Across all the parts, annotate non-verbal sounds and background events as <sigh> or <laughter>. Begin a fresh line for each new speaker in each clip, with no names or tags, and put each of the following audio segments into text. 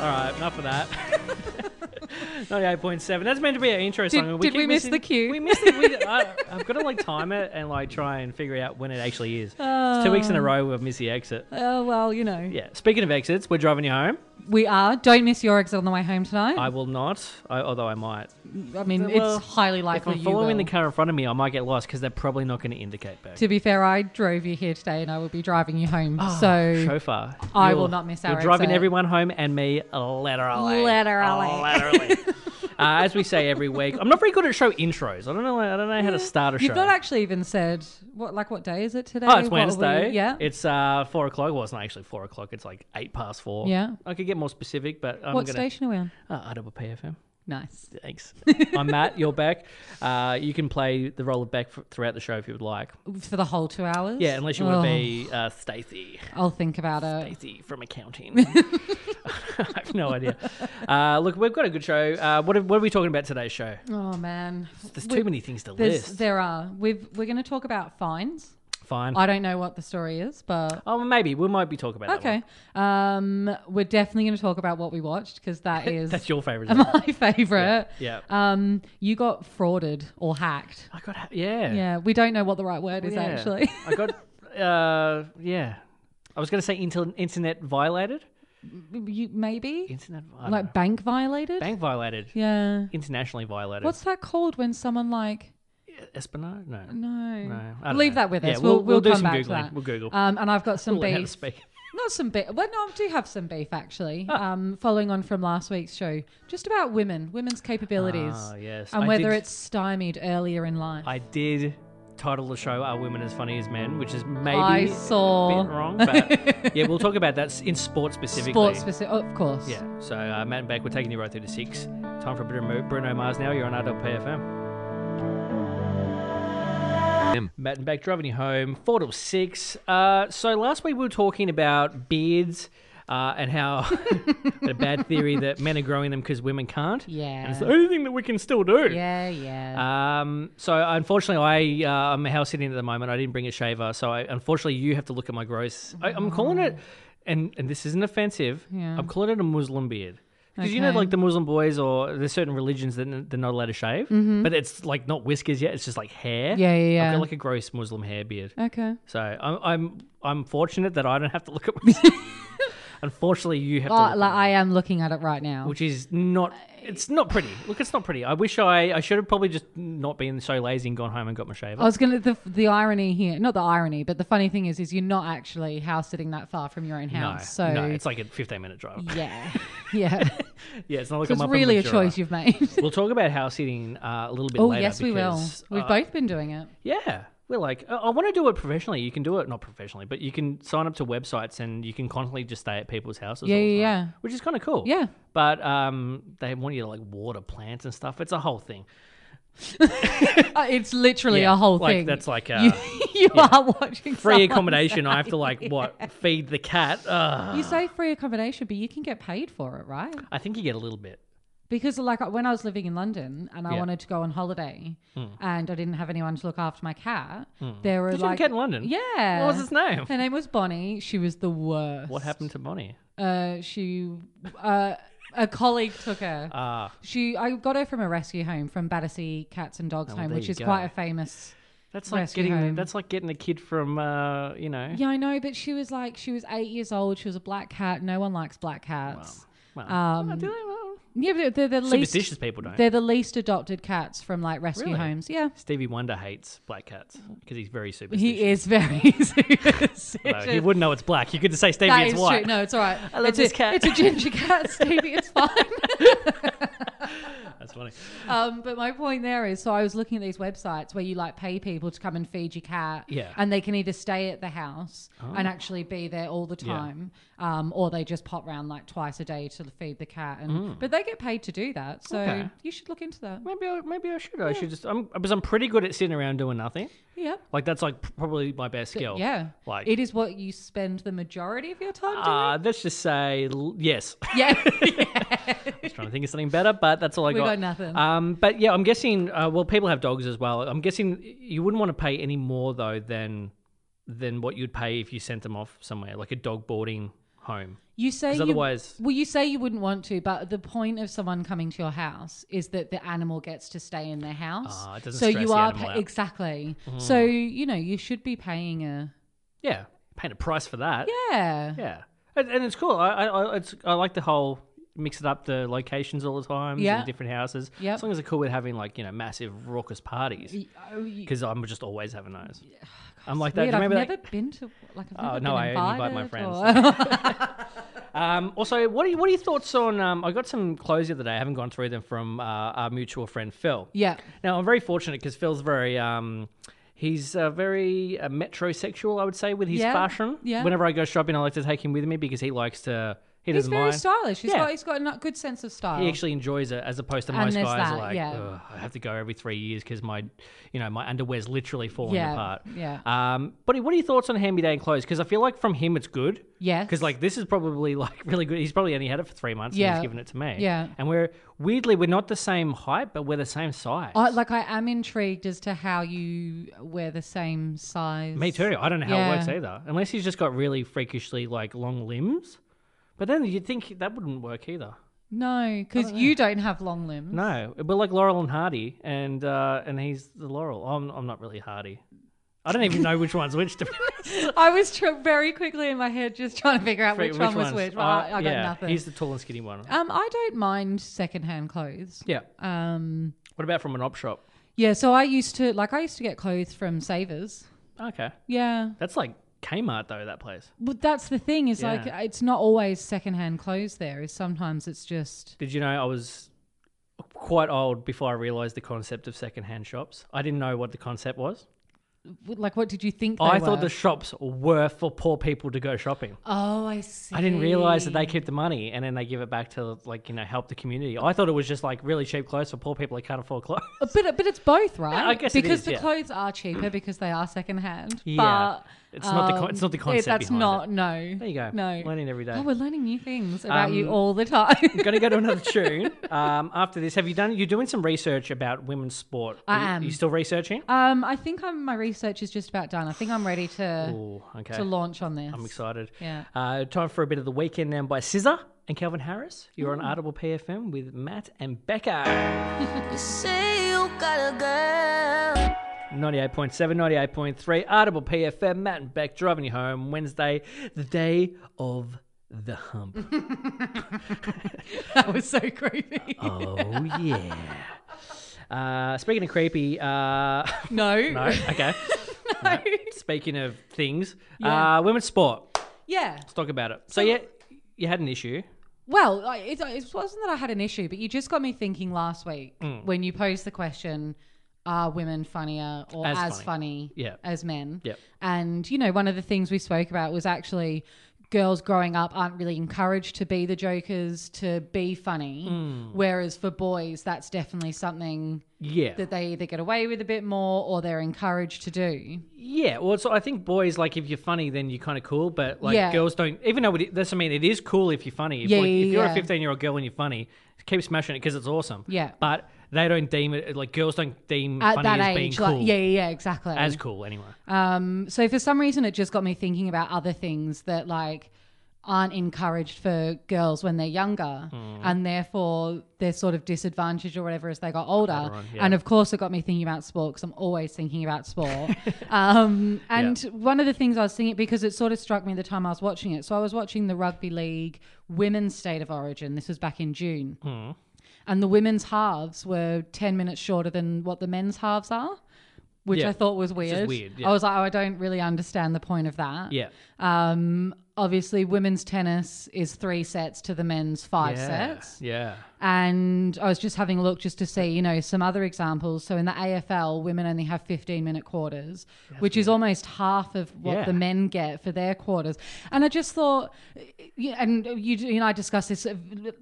All right, enough of that. <laughs> 98.7. That's meant to be our intro
Did-
song. and
did we
keep
miss
missing-
the cue?
We missed it.
<laughs>
We, I, I've got to like time it and like try and figure out when it actually is. It's two
Um.
weeks in a row we've missed the exit.
Oh, well, you know.
Yeah. Speaking of exits, we're driving you home.
We are. Don't miss your exit on the way home tonight.
I
I,
will not, I, although I might.
mean,
well,
it's highly
If
likely
I'm
you
following
will.
the car in front of me, I might get lost because they're probably not going to indicate back.
To be fair, I drove you here today and I will be driving you home.
Oh,
so
chauffeur,
I will
you're-
not miss
You're
our
driving
exit.
everyone home and me literally.
Literally. <laughs>
Literally. uh, as we say every week, I'm not very good at show intros. I don't know. I don't know how to start a show.
you've not actually even said what like what day is it today?
Oh, it's
What are we-
Wednesday.
yeah.
It's uh, four o'clock. Well, it's not actually four o'clock. It's like eight past four.
Yeah.
I could get more specific, but I'm
what
gonna.
station are we on?
Uh,
<laughs>
RWPFM.
Nice.
Thanks. I'm Matt. You're back. Uh, you can play the role of Beck f- throughout the show if you would like.
For the whole two hours?
Yeah, unless you want
Oh,
to be uh, Stacey.
I'll think about it.
Stacey from
<laughs>
accounting. <laughs> I have no idea. Uh, look, we've got a good show. Uh, what, are, what are we talking about today's show?
Oh man.
There's
We-
too many things to
There's,
list.
there are. We've, we're going to talk about fines.
Fine.
I don't know what the story is, but
oh, maybe. We might be talking about that. one.
okay. Um, we're definitely going to talk about what we watched because that is
<laughs> That's your favourite. isn't it?
<laughs> my favorite.
Yeah.
Um, you got frauded or hacked.
I got, ha- yeah. Oh,
Yeah, we don't know what the right word is
Yeah.
actually. <laughs>
I got, uh, yeah. I was going to say inter- internet violated.
you, maybe
Internet violated.
like bank violated.
bank violated.
Yeah.
Internationally violated.
What's that called when someone like
espionage? No.
no?
No, I don't
Mm. Leave
know.
that with us.
Yeah,
we'll,
we'll- we'll do
come
some
back to
Googling.
that.
We'll Google.
Um, and
<laughs>
I've got some
Learn how to
beef.
speak.
Not some beef. Well, no, I do have some beef
<laughs>
actually. Um, following on from last week's show, just about women, women's capabilities,
Ah, yes.
and
I
whether
did-
it's stymied earlier in life.
I did title the show "Are Women as Funny as Men," which is maybe
I
a
saw
bit wrong,
<laughs>
but yeah, we'll talk about that s- in sport specifically.
sports specific. of course.
yeah. So uh, Matt and Beck, we're taking you right through to six. Time for a bit of Mo- Bruno Mars now. You're on RWPFM. Matt and Beck driving you home, four till six. Uh, so last week we were talking about beards. Uh, and how <laughs> the bad theory that men are growing them because women can't. And it's the
Yeah.
only thing that we can still do.
Yeah. Yeah.
Um, so unfortunately, I uh, I'm house sitting at the moment. I didn't bring a shaver, so I, unfortunately, you have to look at my gross. I, I'm calling it, and and this isn't offensive.
Yeah.
I'm calling it a Muslim beard. Because you know,
Okay.
like the Muslim boys, or there's certain religions that n- they're not allowed to shave, but it's like not whiskers yet; it's just like hair.
Mm-hmm. Yeah, yeah, Uh,
I've
yeah.
got like a gross Muslim hair beard,
okay.
so I'm I'm I'm fortunate that I don't have to
<laughs>
look at myself. <laughs> Unfortunately, you have to.
Oh,
look
like
at me,
I am looking at it right now.
which is not. It's not pretty. Look, it's not pretty. I wish I I should have probably just not been so lazy and gone home and got my shaver.
I was gonna the the irony here, not the irony, but the funny thing is, is you're not actually house sitting that far from your own
No,
house. so
no, it's like a 15 minute drive. <laughs>
yeah, <laughs> yeah.
Yeah, it's not like
So
I'm
it's
up in
really a
Mildura.
choice <laughs> you've made.
We'll talk about house sitting uh, a little bit
oh
later.
yes, we will.
because,
We've
uh,
both been doing it.
Yeah, we're like, uh, I, I want to do it professionally. You can do it not professionally, but you can sign up to websites and you can constantly just stay at people's houses.
Yeah,
all the
yeah,
time,
yeah.
which is kind of cool. <laughs>
Yeah.
but um, they want you to like water plants and stuff. It's a whole thing.
Uh, it's literally
Yeah,
a whole
like,
thing.
That's
<laughs>
like uh,
you,
a
you are watching <laughs>
free
someone-
accommodation. I have to like what feed the cat. Ugh.
You say free accommodation, but you can get paid for it, right?
I think you get a little bit.
Because like when I was living in London and I
Yeah.
wanted to go on holiday and I didn't have anyone to look after my cat, there were
Did Hmm. you have a
like
cat in London?
Yeah.
What was its name?
Her name was Bonnie. She was the worst.
What happened to Bonnie?
Uh, she, uh, a colleague took her.
Ah.
she, I got her from a rescue home from Battersea Cats and Dogs
Oh, well,
Home,
there
which
you
is
go.
quite a famous.
That's like
rescue
getting
home.
that's like getting a kid from uh, you know.
Yeah, I know, but she was like, she was eight years old. She was a black cat. No one likes black cats.
Well,
Um,
oh, do they? Well,
Yeah, but they're the least.
superstitious people don't.
They're the least adopted cats from like rescue
Really?
homes. Yeah.
Stevie Wonder hates black cats because he's very superstitious.
He is very <laughs> superstitious.
Although he wouldn't know it's black. You could just say Stevie
That
is
is
white.
true. No, it's all right.
I love
it's
this
a,
cat.
It's a
<laughs>
ginger cat, Stevie. It's fine.
That's funny.
Um, but my point there is, so I was looking at these websites where you like pay people to come and feed your cat,
Yeah. Oh.
and they can either stay at the house and actually be there all the
Yeah.
time, um, or they just pop round like twice a day to feed the cat. And but they get paid to do that, so
Mm. Okay.
you should look into that.
Maybe I, maybe I should. I should just. I'm because I'm pretty good at sitting around doing nothing.
Yeah,
Like that's like p- probably my best skill.
yeah.
Like-
it is what you spend the majority of your time doing.
Uh, let's just say l- yes. I
yeah, <laughs>
was trying to think of something better, but that's all I
we
got.
got nothing.
Um, but yeah, I'm guessing. Uh, well, people have dogs as well. I'm guessing you wouldn't want to pay any more though than than what you'd pay if you sent them off somewhere like a dog boarding home.
You say
'Cause
you-
otherwise-
well, you say you wouldn't want to, but the point of someone coming to your house is that the animal gets to stay in their house.
Ah, it doesn't
so
stress
you
the
are
animal
pa-
out. Mm.
exactly. So you know you should be paying a
Yeah, paying a price for that.
yeah.
Yeah, and, and it's cool. I, I, I, it's, I like the whole mix it up the locations all the time
Yeah.
in different houses.
Yep.
as long as they're cool with having like you know massive raucous parties
Y- oh, y-
because I'm just always having those. I'm like that.
Weird,
Do you
I've
remember
never
that?
been to like I've
Oh,
never
no,
been
I only invite my
invited
friends.
or- <laughs>
Um, also, what are, you, what are your thoughts on? Um, I got some clothes the other day. I haven't gone through them from uh, our mutual friend Phil.
yeah,
Now I'm very fortunate because Phil's very um, he's uh, very uh, metrosexual. I would say with his
Yeah,
fashion.
yeah.
Whenever I go shopping, I like to take him with me because he likes to. He
he's
doesn't
very
mind.
stylish. He's
Yeah.
got he's got a no- good sense of style.
He actually enjoys it as opposed to
And
most
there's
guys are
that,
like,
yeah.
"Ugh, I have to go every three years because my, you know, my underwear's literally falling
Yeah,
apart.
yeah.
Um, but what are your thoughts on hand-me-down clothes? Because I feel like from him it's good. <laughs>
Yes.
Because like this is probably like really good. He's probably only had it for three months. and
Yeah.
He's given it to me.
Yeah.
And we're weirdly we're not the same height, but we're the same size.
I, like I am intrigued as to how you wear the same size.
me too. I don't know how
Yeah.
it works either. Unless he's just got really freakishly like long limbs. But then you'd think that wouldn't work either.
No, because you don't have long limbs.
No, we're like Laurel and Hardy, and uh, and he's the Laurel. I'm I'm not really Hardy. I don't even know which one's which.
<laughs>
To be honest.
<laughs> I was tr- very quickly in my head just trying to figure out which, one was
one's-
which. but
uh,
I, I got
yeah,
nothing.
He's the tall and skinny one.
Um, I don't mind secondhand clothes.
yeah.
Um,
What about from an op shop?
yeah. So I used to like I used to get clothes from Savers.
Okay,
Yeah,
that's like Kmart though. That place.
but that's the thing is like
Yeah.
it's not always secondhand clothes. There is sometimes it's just
Did you know I was quite old before I realized the concept of secondhand shops? I didn't know what the concept was.
like what did you think? They
I
were?
thought the shops were for poor people to go shopping.
oh, I see.
I didn't realize that they keep the money and then they give it back to like you know help the community. I thought it was just like really cheap clothes for poor people that can't afford clothes.
But but it's both, right?
I guess it
because
is,
the
yeah. Mm.
clothes are cheaper because they are secondhand.
<laughs> Yeah.
but,
It's not the con-
um,
it's not the
it-
concept
That's
behind
not no.
There you go.
No,
learning every day.
Oh, we're learning new things about you
Um,
all the time.
I'm <laughs> gonna go to another tune. Um, after this, have you done? You're doing some research about women's sport.
I
Are you,
am.
Are you still researching?
<laughs> um, I think I'm, my research is just about done. I think I'm ready to
Oh, okay.
to launch on this.
I'm excited.
Yeah.
Uh, time for a bit of the weekend now by Scissor and Calvin Harris. You're
Mm.
on Audible PFM with Matt and Becca.
You say you got a girl.
98.7, 98.3 Audible PFM. Matt and Beck driving you home Wednesday, the day of the hump.
<laughs> <laughs> That was so creepy.
<laughs> Oh yeah. Uh, speaking of creepy, uh, <laughs>
no.
no,
<laughs>
okay.
No.
Speaking of things,
Yeah.
uh, women's sport.
Yeah.
Let's talk about it. So yeah, you had an issue.
Well, I- it, it wasn't that I had an issue, but you just got me thinking last week
Mm.
when you posed the question, are women funnier or
As
as,
funny.
funny,
Yeah.
as men?
Yep.
And, you know, one of the things we spoke about was actually girls growing up aren't really encouraged to be the jokers, to be funny.
Mm.
Whereas for boys, that's definitely something
Yeah.
that they either get away with a bit more or they're encouraged to do.
yeah. Well, so I think boys like if you're funny, then you're kind of cool. But like
Yeah.
girls don't. Even though it, that's I mean, it is cool if you're funny. If,
Yeah,
like,
yeah,
if you're a
yeah.
15 year old girl and you're funny, keep smashing it because it's awesome.
Yeah.
But they don't deem it like girls don't deem
At
funny
that
as being
age,
cool.
like, yeah, yeah, yeah, exactly.
As cool anyway.
Um, so for some reason, it just got me thinking about other things that like aren't encouraged for girls when they're younger,
Mm.
and therefore they're sort of disadvantaged or whatever as they got older.
on, yeah.
And of course, it got me thinking about sport because I'm always thinking about
<laughs>
sport. um, and one of the things I was thinking because it sort of struck me the time I was watching it. So I was watching the rugby league women's state of origin. This was back in June.
Hmm.
And the women's halves were 10 minutes shorter than what the men's halves are, which
Yeah.
I thought was weird.
weird, yeah.
I was like, oh, I don't really understand the point of that.
Yeah.
Um, obviously, women's tennis is three sets to the men's five
yeah.
sets.
Yeah.
And I was just having a look just to see, you know, some other examples. So in the AFL, women only have 15 minute quarters, which is almost half of what
Yeah.
the men get for their quarters. And I just thought, yeah, and you, you and I discussed this uh,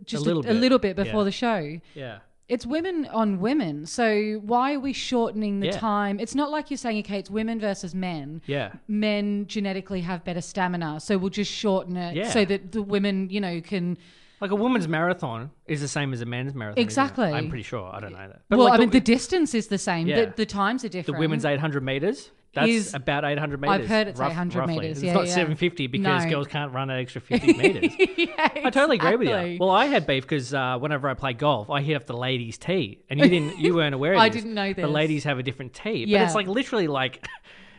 just a
little
little
bit,
bit, before
yeah.
the show
Yeah.
it's women on women. So why are we shortening the
Yeah.
time? It's not like you're saying, okay, it's women versus men.
Yeah.
Men genetically have better stamina, so we'll just shorten it
Yeah.
so that the women, you know, can.
Like a woman's marathon is the same as a man's marathon. isn't it?
Exactly.
I'm pretty sure. I don't know that. But
well,
like
I mean,
the,
the distance is the same.
Yeah.
The, the times are <laughs>
the
different.
women's 800 meters That's
is-
about 800 meters.
I've heard it's 800
roughly.
meters,
It's
yeah,
not
yeah.
750 because
No.
girls can't run an extra
<laughs>
50 meters. I totally agree with you. Well, I had beef because uh, whenever I play golf, I hit up the ladies' tee, and you didn't, you weren't aware. of
<laughs> I
this.
didn't know
The
this.
ladies have a different tee, but
Yeah.
it's like literally like, <laughs>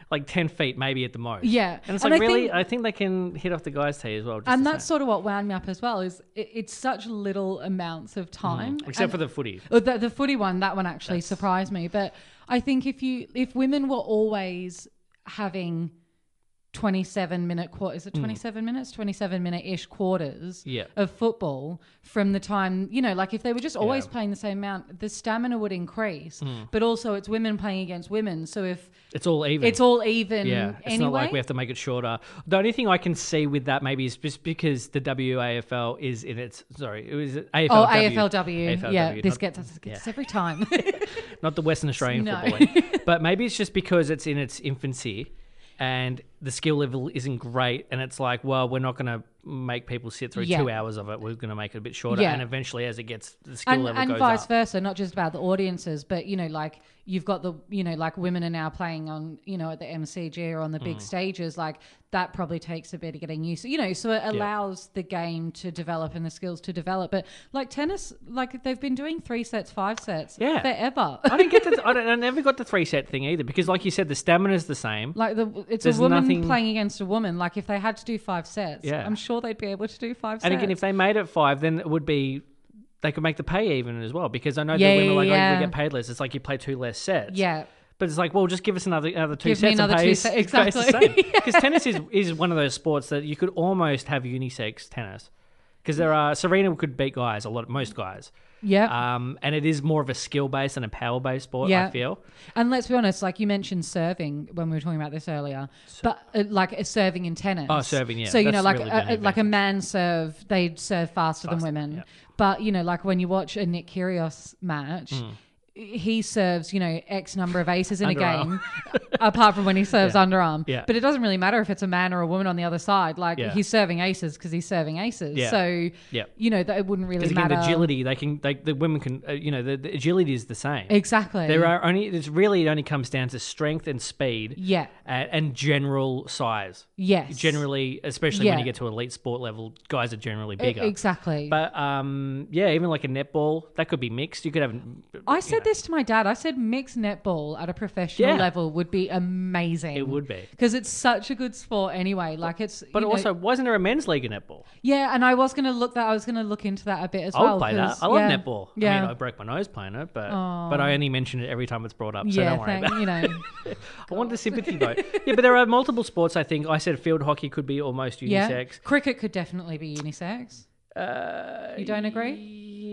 like ten feet maybe at the most.
Yeah.
and it's
And
like
I
really,
think-
I think they can hit off the guys' tee as well. Just
and
the
that's
same.
sort of what wound me up as well is it, it's such little amounts of time
Mm. except
And-
for the footy.
Oh, the, the footy one, that one actually surprised me. But I think if you if women were always having twenty seven minute quarters, is it twenty seven minutes, twenty seven minute ish quarters
Hmm. Yeah.
of football from the time you know, like if they were just always
Yeah. Hmm.
playing the same amount, the stamina would increase. But also, it's women playing against women, so if
It's all even.
it's all even
yeah, it's
anyway.
not like we have to make it shorter. The only thing I can see with that maybe is just because the WAFL is in its sorry, it was AFLW.
Oh, AFLW. Yeah,
AFLW,
this
not-
gets us, gets
yeah.
us every time.
not the Western Australian
No.
football
<laughs>
league. But maybe it's just because it's in its infancy and the skill level isn't great. And it's like, well, we're not going to make people sit through
Yeah.
two hours of it. We're going to make it a bit shorter.
Yeah.
And eventually, as it gets, the skill
and,
level
and
goes
vice
up.
versa not just about the audiences but you know like you've got the you know like women are now playing on you know at the mcg or on the big
Mm.
stages like that probably takes a bit of getting used to you know so it allows the game to develop and the skills to develop but like tennis like they've been doing three sets five sets
Yeah.
forever
<laughs> I didn't get the, I, don't, I never got the three set thing either because, like you said, the stamina's the same.
like the it's
There's
a woman
nothing-
playing against a woman like if they had to do five sets
Yeah.
i'm sure they'd be able to do five
And
sets
again, if they made it five, then it would be. They could make the pay even as well because I know
Yeah,
that women
yeah,
are like, oh,
yeah.
we get paid less. It's like you play two less sets.
yeah
But it's like, well, just give us another another two
Give me
sets.
another
and
two
pay <laughs>
se- <laughs> exactly.
Because tennis is is one of those sports that you could almost have unisex tennis. Because there are Serena could beat guys a lot, most guys.
yeah
Um, and it is more of a skill based and a power based sport.
Yeah.
I feel.
And let's be honest, like you mentioned serving when we were talking about this earlier, but uh, like a serving in tennis.
Oh, serving, yeah,
So you know,
that's
like
really
a, a,
been
like a man serve, they serve faster, than women.
yeah.
But you know, like when you watch a Nick Kyrgios match.
Hmm.
He serves, you know, X number of aces in a game,
Underarm.
<laughs> apart from when he serves underarm.
Yeah.
But it doesn't really matter if it's a man or a woman on the other side. Like
Yeah.
he's serving aces because he's serving aces.
Yeah.
So
Yeah.
you know that it wouldn't really
Because again,
matter.
the agility they can, they, the women can, uh, you know, the, the agility is the same.
Exactly.
There are only it's really it only comes down to strength and speed.
Yeah.
a- and general size.
yes.
Generally, especially when
Yeah.
you get to elite sport level, guys are generally
E-
bigger.
Exactly.
But um, yeah, even like a netball, that could be mixed. You could have.
I said this to my dad. I said mixed netball at a professional
Yeah.
level would be amazing.
It would be.
because it's such a good sport anyway. Like it's,
But
you know-
also, wasn't there a men's league in netball?
yeah. And I was gonna look that. I was gonna look into that a bit as
I would
well.
play that.
Oh, 'cause-
I love
yeah.
netball.
Yeah,
I mean, I broke my nose playing it, but but I only mention it every time it's brought up, so
yeah.
don't worry
thank-
about it.
you
<laughs>
know,
I want the sympathy though. yeah, but there are multiple sports. I think I said field hockey could be almost
yeah.
unisex.
Cricket could definitely be unisex.
Uh,
You don't agree?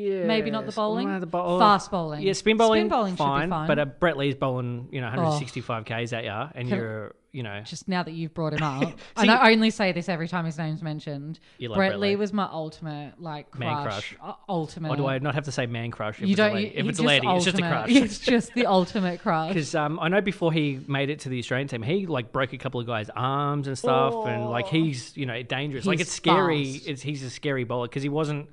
Yeah.
Maybe not the bowling?
the bowl-
Fast bowling.
Yeah, spin bowling.
Spin bowling should be
fine,
fine. Oh.
But uh, Brett Lee's bowling, you know, 165 k's at ya, and
Can-
you're, you know,
Just now that you've brought
<laughs>
him up, and I only say this every time his name's mentioned.
You love
Brett
Brett
Lee
Lee.
was my ultimate like crush.
Man
Uh, ultimate.
or do I not have to say man crush? If
you
it's a
don't.
lady,
you-
if
you
it's a
just
lady, it's just a
ultimate. <laughs>
crush.
It's just the ultimate
<laughs>
crush.
Because um, I know before he made it to the Australian team, he like broke a couple of guys' arms and stuff, and like he's you know dangerous. like
He's
it's scary.
fast.
It's he's a scary bowler because he wasn't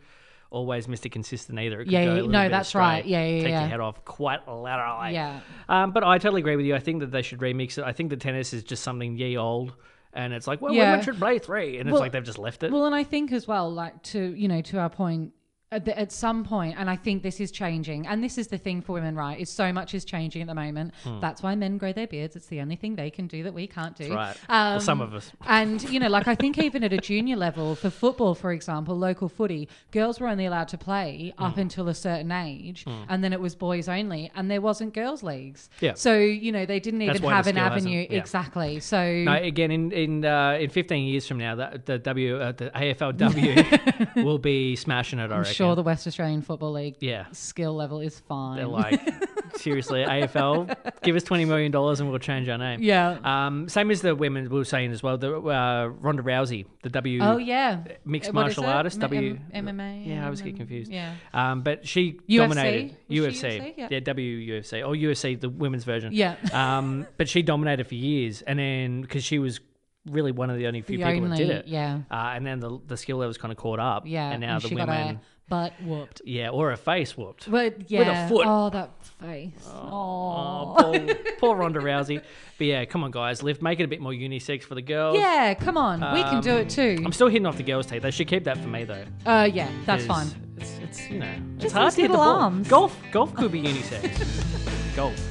always Mr. Consistent either. It could go
Yeah,
a
yeah,
little
no,
bit
that's
astray,
right. Yeah, yeah,
Take
yeah.
your head off quite laterally.
Yeah.
Um, but I totally agree with you. I think that they should remix it. I think the tennis is just something ye old, and it's like well,
Yeah.
women should play three, and it's
Well-
like they've just left it.
Well, and I think as well, like to you know, to our point. At, the, at some point, and I think this is changing, and this is the thing for women, right? Is so much is changing at the moment.
Hmm.
That's why men grow their beards. It's the only thing they can do that we can't do.
right.
Um,
well, some of us.
and you know, like I think even at a junior level for football, for example, local footy, girls were only allowed to play
Hmm.
up until a certain age, and then it was boys only, and there wasn't girls leagues.
Yeah.
So you know, they didn't
That's
even
why the
have an
skill hasn't-
avenue
yeah.
exactly. So
No, again, in in uh, in fifteen years from now, that the W uh, the
<laughs>
AFLW will be smashing it. I
I'm
reckon.
sure the West Australian Football League <laughs>
yeah,
skill level is fine.
they're like, seriously, AFL, give us twenty million dollars and we'll change our name.
yeah.
Um, same as the women we were saying as well. The uh, Ronda Rousey, the W.
oh yeah.
mixed
What is
martial
it?
artist,
M-
W-
M- MMA.
Yeah, I always
M-
get confused.
Yeah.
Um, but she
UFC?
dominated
Was she
UFC.
UFC? Yeah.
Yeah, WUFC or UFC, the women's version.
Yeah.
um, but she dominated for years, and then because she was really one of the only few
<laughs> The
people that did
only-
it.
yeah.
Uh, and then the the skill level's kind of caught up.
Yeah,
And now the
she
women.
got her butt whooped.
Yeah, or her face whooped.
But yeah,
foot.
oh that face. Oh,
Oh, poor, poor Ronda Rousey. But yeah, come on, guys, lift, make it a bit more unisex for the girls.
<laughs> yeah. Come on, we can do it too.
Um, I'm still hitting off the girls' tape. They should keep that for me though.
Uh, yeah, that's
'cause
fine.
It's, it's you know, it's
Just
hard
these
to hit the
little
ball.
arms.
Golf, golf could be unisex. <laughs> golf.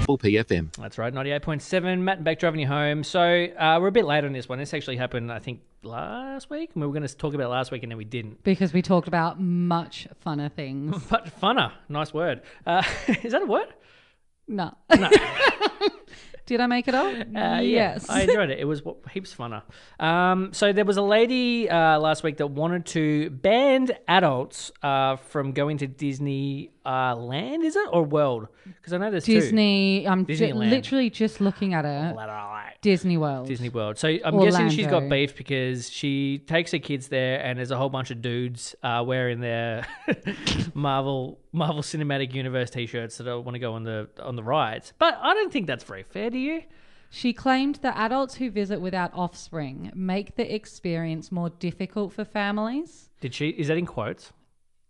Triple PFM.
That's right, 98.7. Matt and Beck driving you home. So uh, we're a bit late on this one. This actually happened, I think, last week. We were going to talk about it last week and then we didn't.
Because we talked about much funner
<laughs>
things.
But funner, nice word. Uh, <laughs> is that a word?
No. <laughs> Did I make it up?
Uh, yeah,
yes.
I enjoyed it. It was w- heaps funner. Um, so there was a lady uh, last week that wanted to ban adults uh, from going to Disney uh, Land, is it or World? Because I know there's
Disney. I'm ju-
Disneyland.
literally just looking at it.
two.
Disney World.
Disney World. So I'm guessing she's got
Orlando.
beef because she takes her kids there, and there's a whole bunch of dudes uh, wearing their <laughs> Marvel Marvel Cinematic Universe T-shirts that don't want to go on the on the rides. But I don't think that's very fair, do you?
She claimed that adults who visit without offspring make the experience more difficult for families.
Did she? Is that in quotes?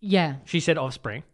Yeah.
She said offspring.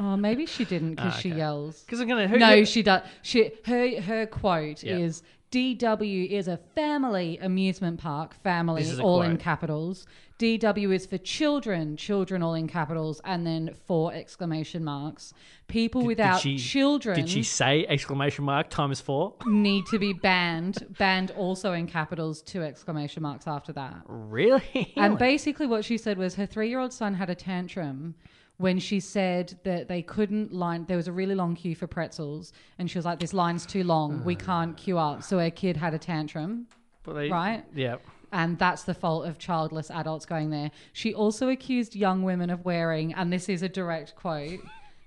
Oh, maybe she didn't because she yells.
Because I'm gonna. Ah, <laughs> Who,
No,
who-
she does. She her her quote
Yeah.
is DW is a family amusement park. Family
This is a
all in
quote.
capitals. DW is for children. Children all in capitals, and then four exclamation marks. People without
she-
children
Did she say exclamation mark times four? <laughs>
need to be banned. banned also in capitals. Two exclamation marks after that.
Really?
And basically, what she said was her three year old son had a tantrum when she said that they couldn't line, there was a really long queue for pretzels. And she was like, This line's too long.
Uh.
We can't queue up. So her kid had a tantrum.
But they-
right?
Yeah.
And that's the fault of childless adults going there. She also accused young women of wearing, and this is a direct quote,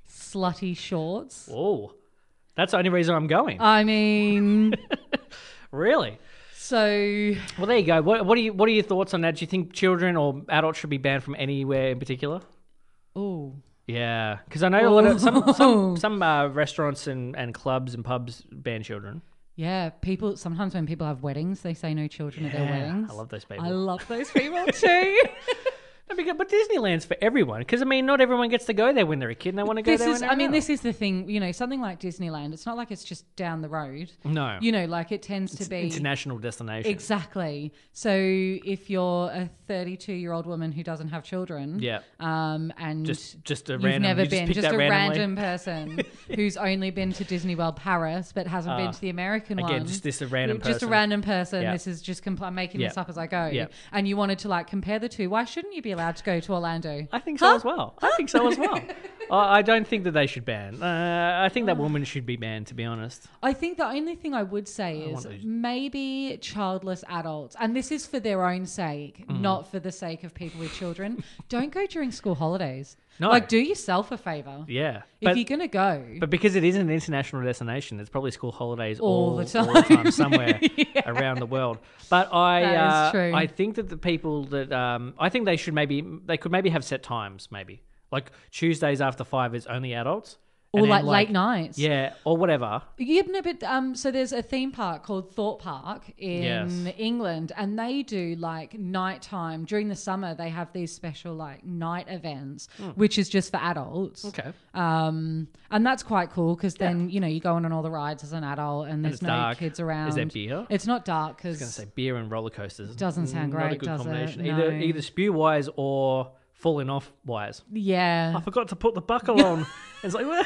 slutty shorts.
Oh, that's the only reason I'm going.
I mean,
really?
so
Well, there you go. What, what are you? What are your thoughts on that? Do you think children or adults should be banned from anywhere in particular?
ooh,
Yeah, because I know a lot of some
Oh.
some, some uh, restaurants and, and clubs and pubs ban children.
<laughs> yeah. People sometimes when people have weddings, they say no children at their
Yeah,
weddings.
I love those people.
I
<laughs>
love those people too.
No, because- but Disneyland's for everyone. Because I mean, not everyone gets to go there when they're a kid. and They want to go
this
there.
is
when they're
i mean
an
this is the thing you know something like disneyland it's not like it's just down the road
adult. Mm, no
you know like it tends to be
international destination.
exactly so if you're a 32 year old woman who doesn't have children
Yeah.
um and
Just just a
You've
random.
never
you just
been
pick
just,
that
a
randomly.
random person
<laughs>
who's only been to Disney World Paris but hasn't been to the American
Ah. again,
one.
just this a random
just
person.
a random person.
Yeah.
This is just compl- I'm making this
Yeah.
up as I go.
Yeah.
And you wanted to like compare the two. Why shouldn't you be allowed to go to Orlando?
I think so as well. I think so as
<laughs>
well. I I don't think that they should ban. Uh, I think
Oh.
that woman should be banned. To be honest,
I think the only thing I would say is
want those-
maybe childless adults, and this is for their own sake,
Mm.
not for the sake of people with
<laughs>
children. don't go during school holidays.
No.
Like, do yourself a favor.
yeah.
If you're going to go,
But because it is an international destination, there's probably school holidays all,
All the
all the
time. <laughs>
time somewhere around the world. But I,
That is
uh,
true.
I think that the people that um, I think they should maybe they could maybe have set times, maybe like Tuesdays after five is only adults,
or
and
like,
then,
late nights.
yeah, or whatever.
Yeah, no, but um, so there's a theme park called Thorpe Park in
Yes.
England, and they do like nighttime during the summer. They have these special like night events, which is just for adults.
Hmm. Okay,
Um, and that's quite cool because then you know you go on on all the rides as an adult, and there's
it's
no
dark.
kids around.
Is there beer?
It's not dark
I was
because
gonna say beer and roller coasters
Doesn't sound
Not a
great,
good
does it?
combination.
No.
Either either spew wise or falling off wise.
yeah,
I forgot to put the buckle
<laughs>
on. It's like, "Well,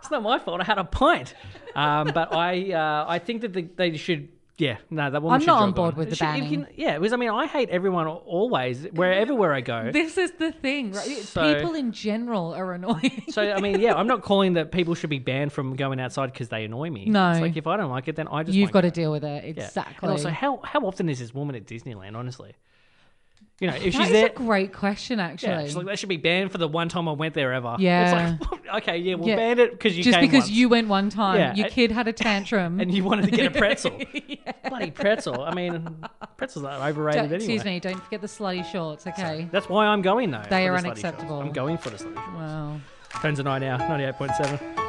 it's not my fault. I had a pint. Um, but I, uh, I think that the, they should. Yeah, no, that woman.
I'm
should
not on
jog
board with the
She- you
banning.
can- yeah, because I mean, I hate everyone al- always wherever where I go.
this is the thing. Right?
So-
People in general are annoying.
<laughs>
<laughs>
So I mean, yeah, I'm not calling that people should be banned from going outside because they annoy me.
No.
it's like if I don't like it, then I just
You've
won't
got
go.
to deal with it
Yeah.
exactly.
And also, how how often is this woman at Disneyland? Honestly, you know, if
That
she's
is
there,
a great question, actually.
yeah, she's like, they should be banned for the one time I went there ever.
Yeah.
it's like, <laughs> okay, yeah, we'll
Yeah.
ban it because you
just
came
because
once.
you went one time,
Yeah, <laughs>
your
and-
kid had a tantrum.
and you wanted to
<laughs>
get a pretzel. Bloody pretzel. I mean, pretzels are
Don't-
overrated anyway.
excuse me, don't forget the slutty shorts, okay?
That's why I'm going though.
They
for
are
the slutty shorts.
unacceptable.
I'm going for the slutty shorts.
Wow.
Turns an eye now, 98.7.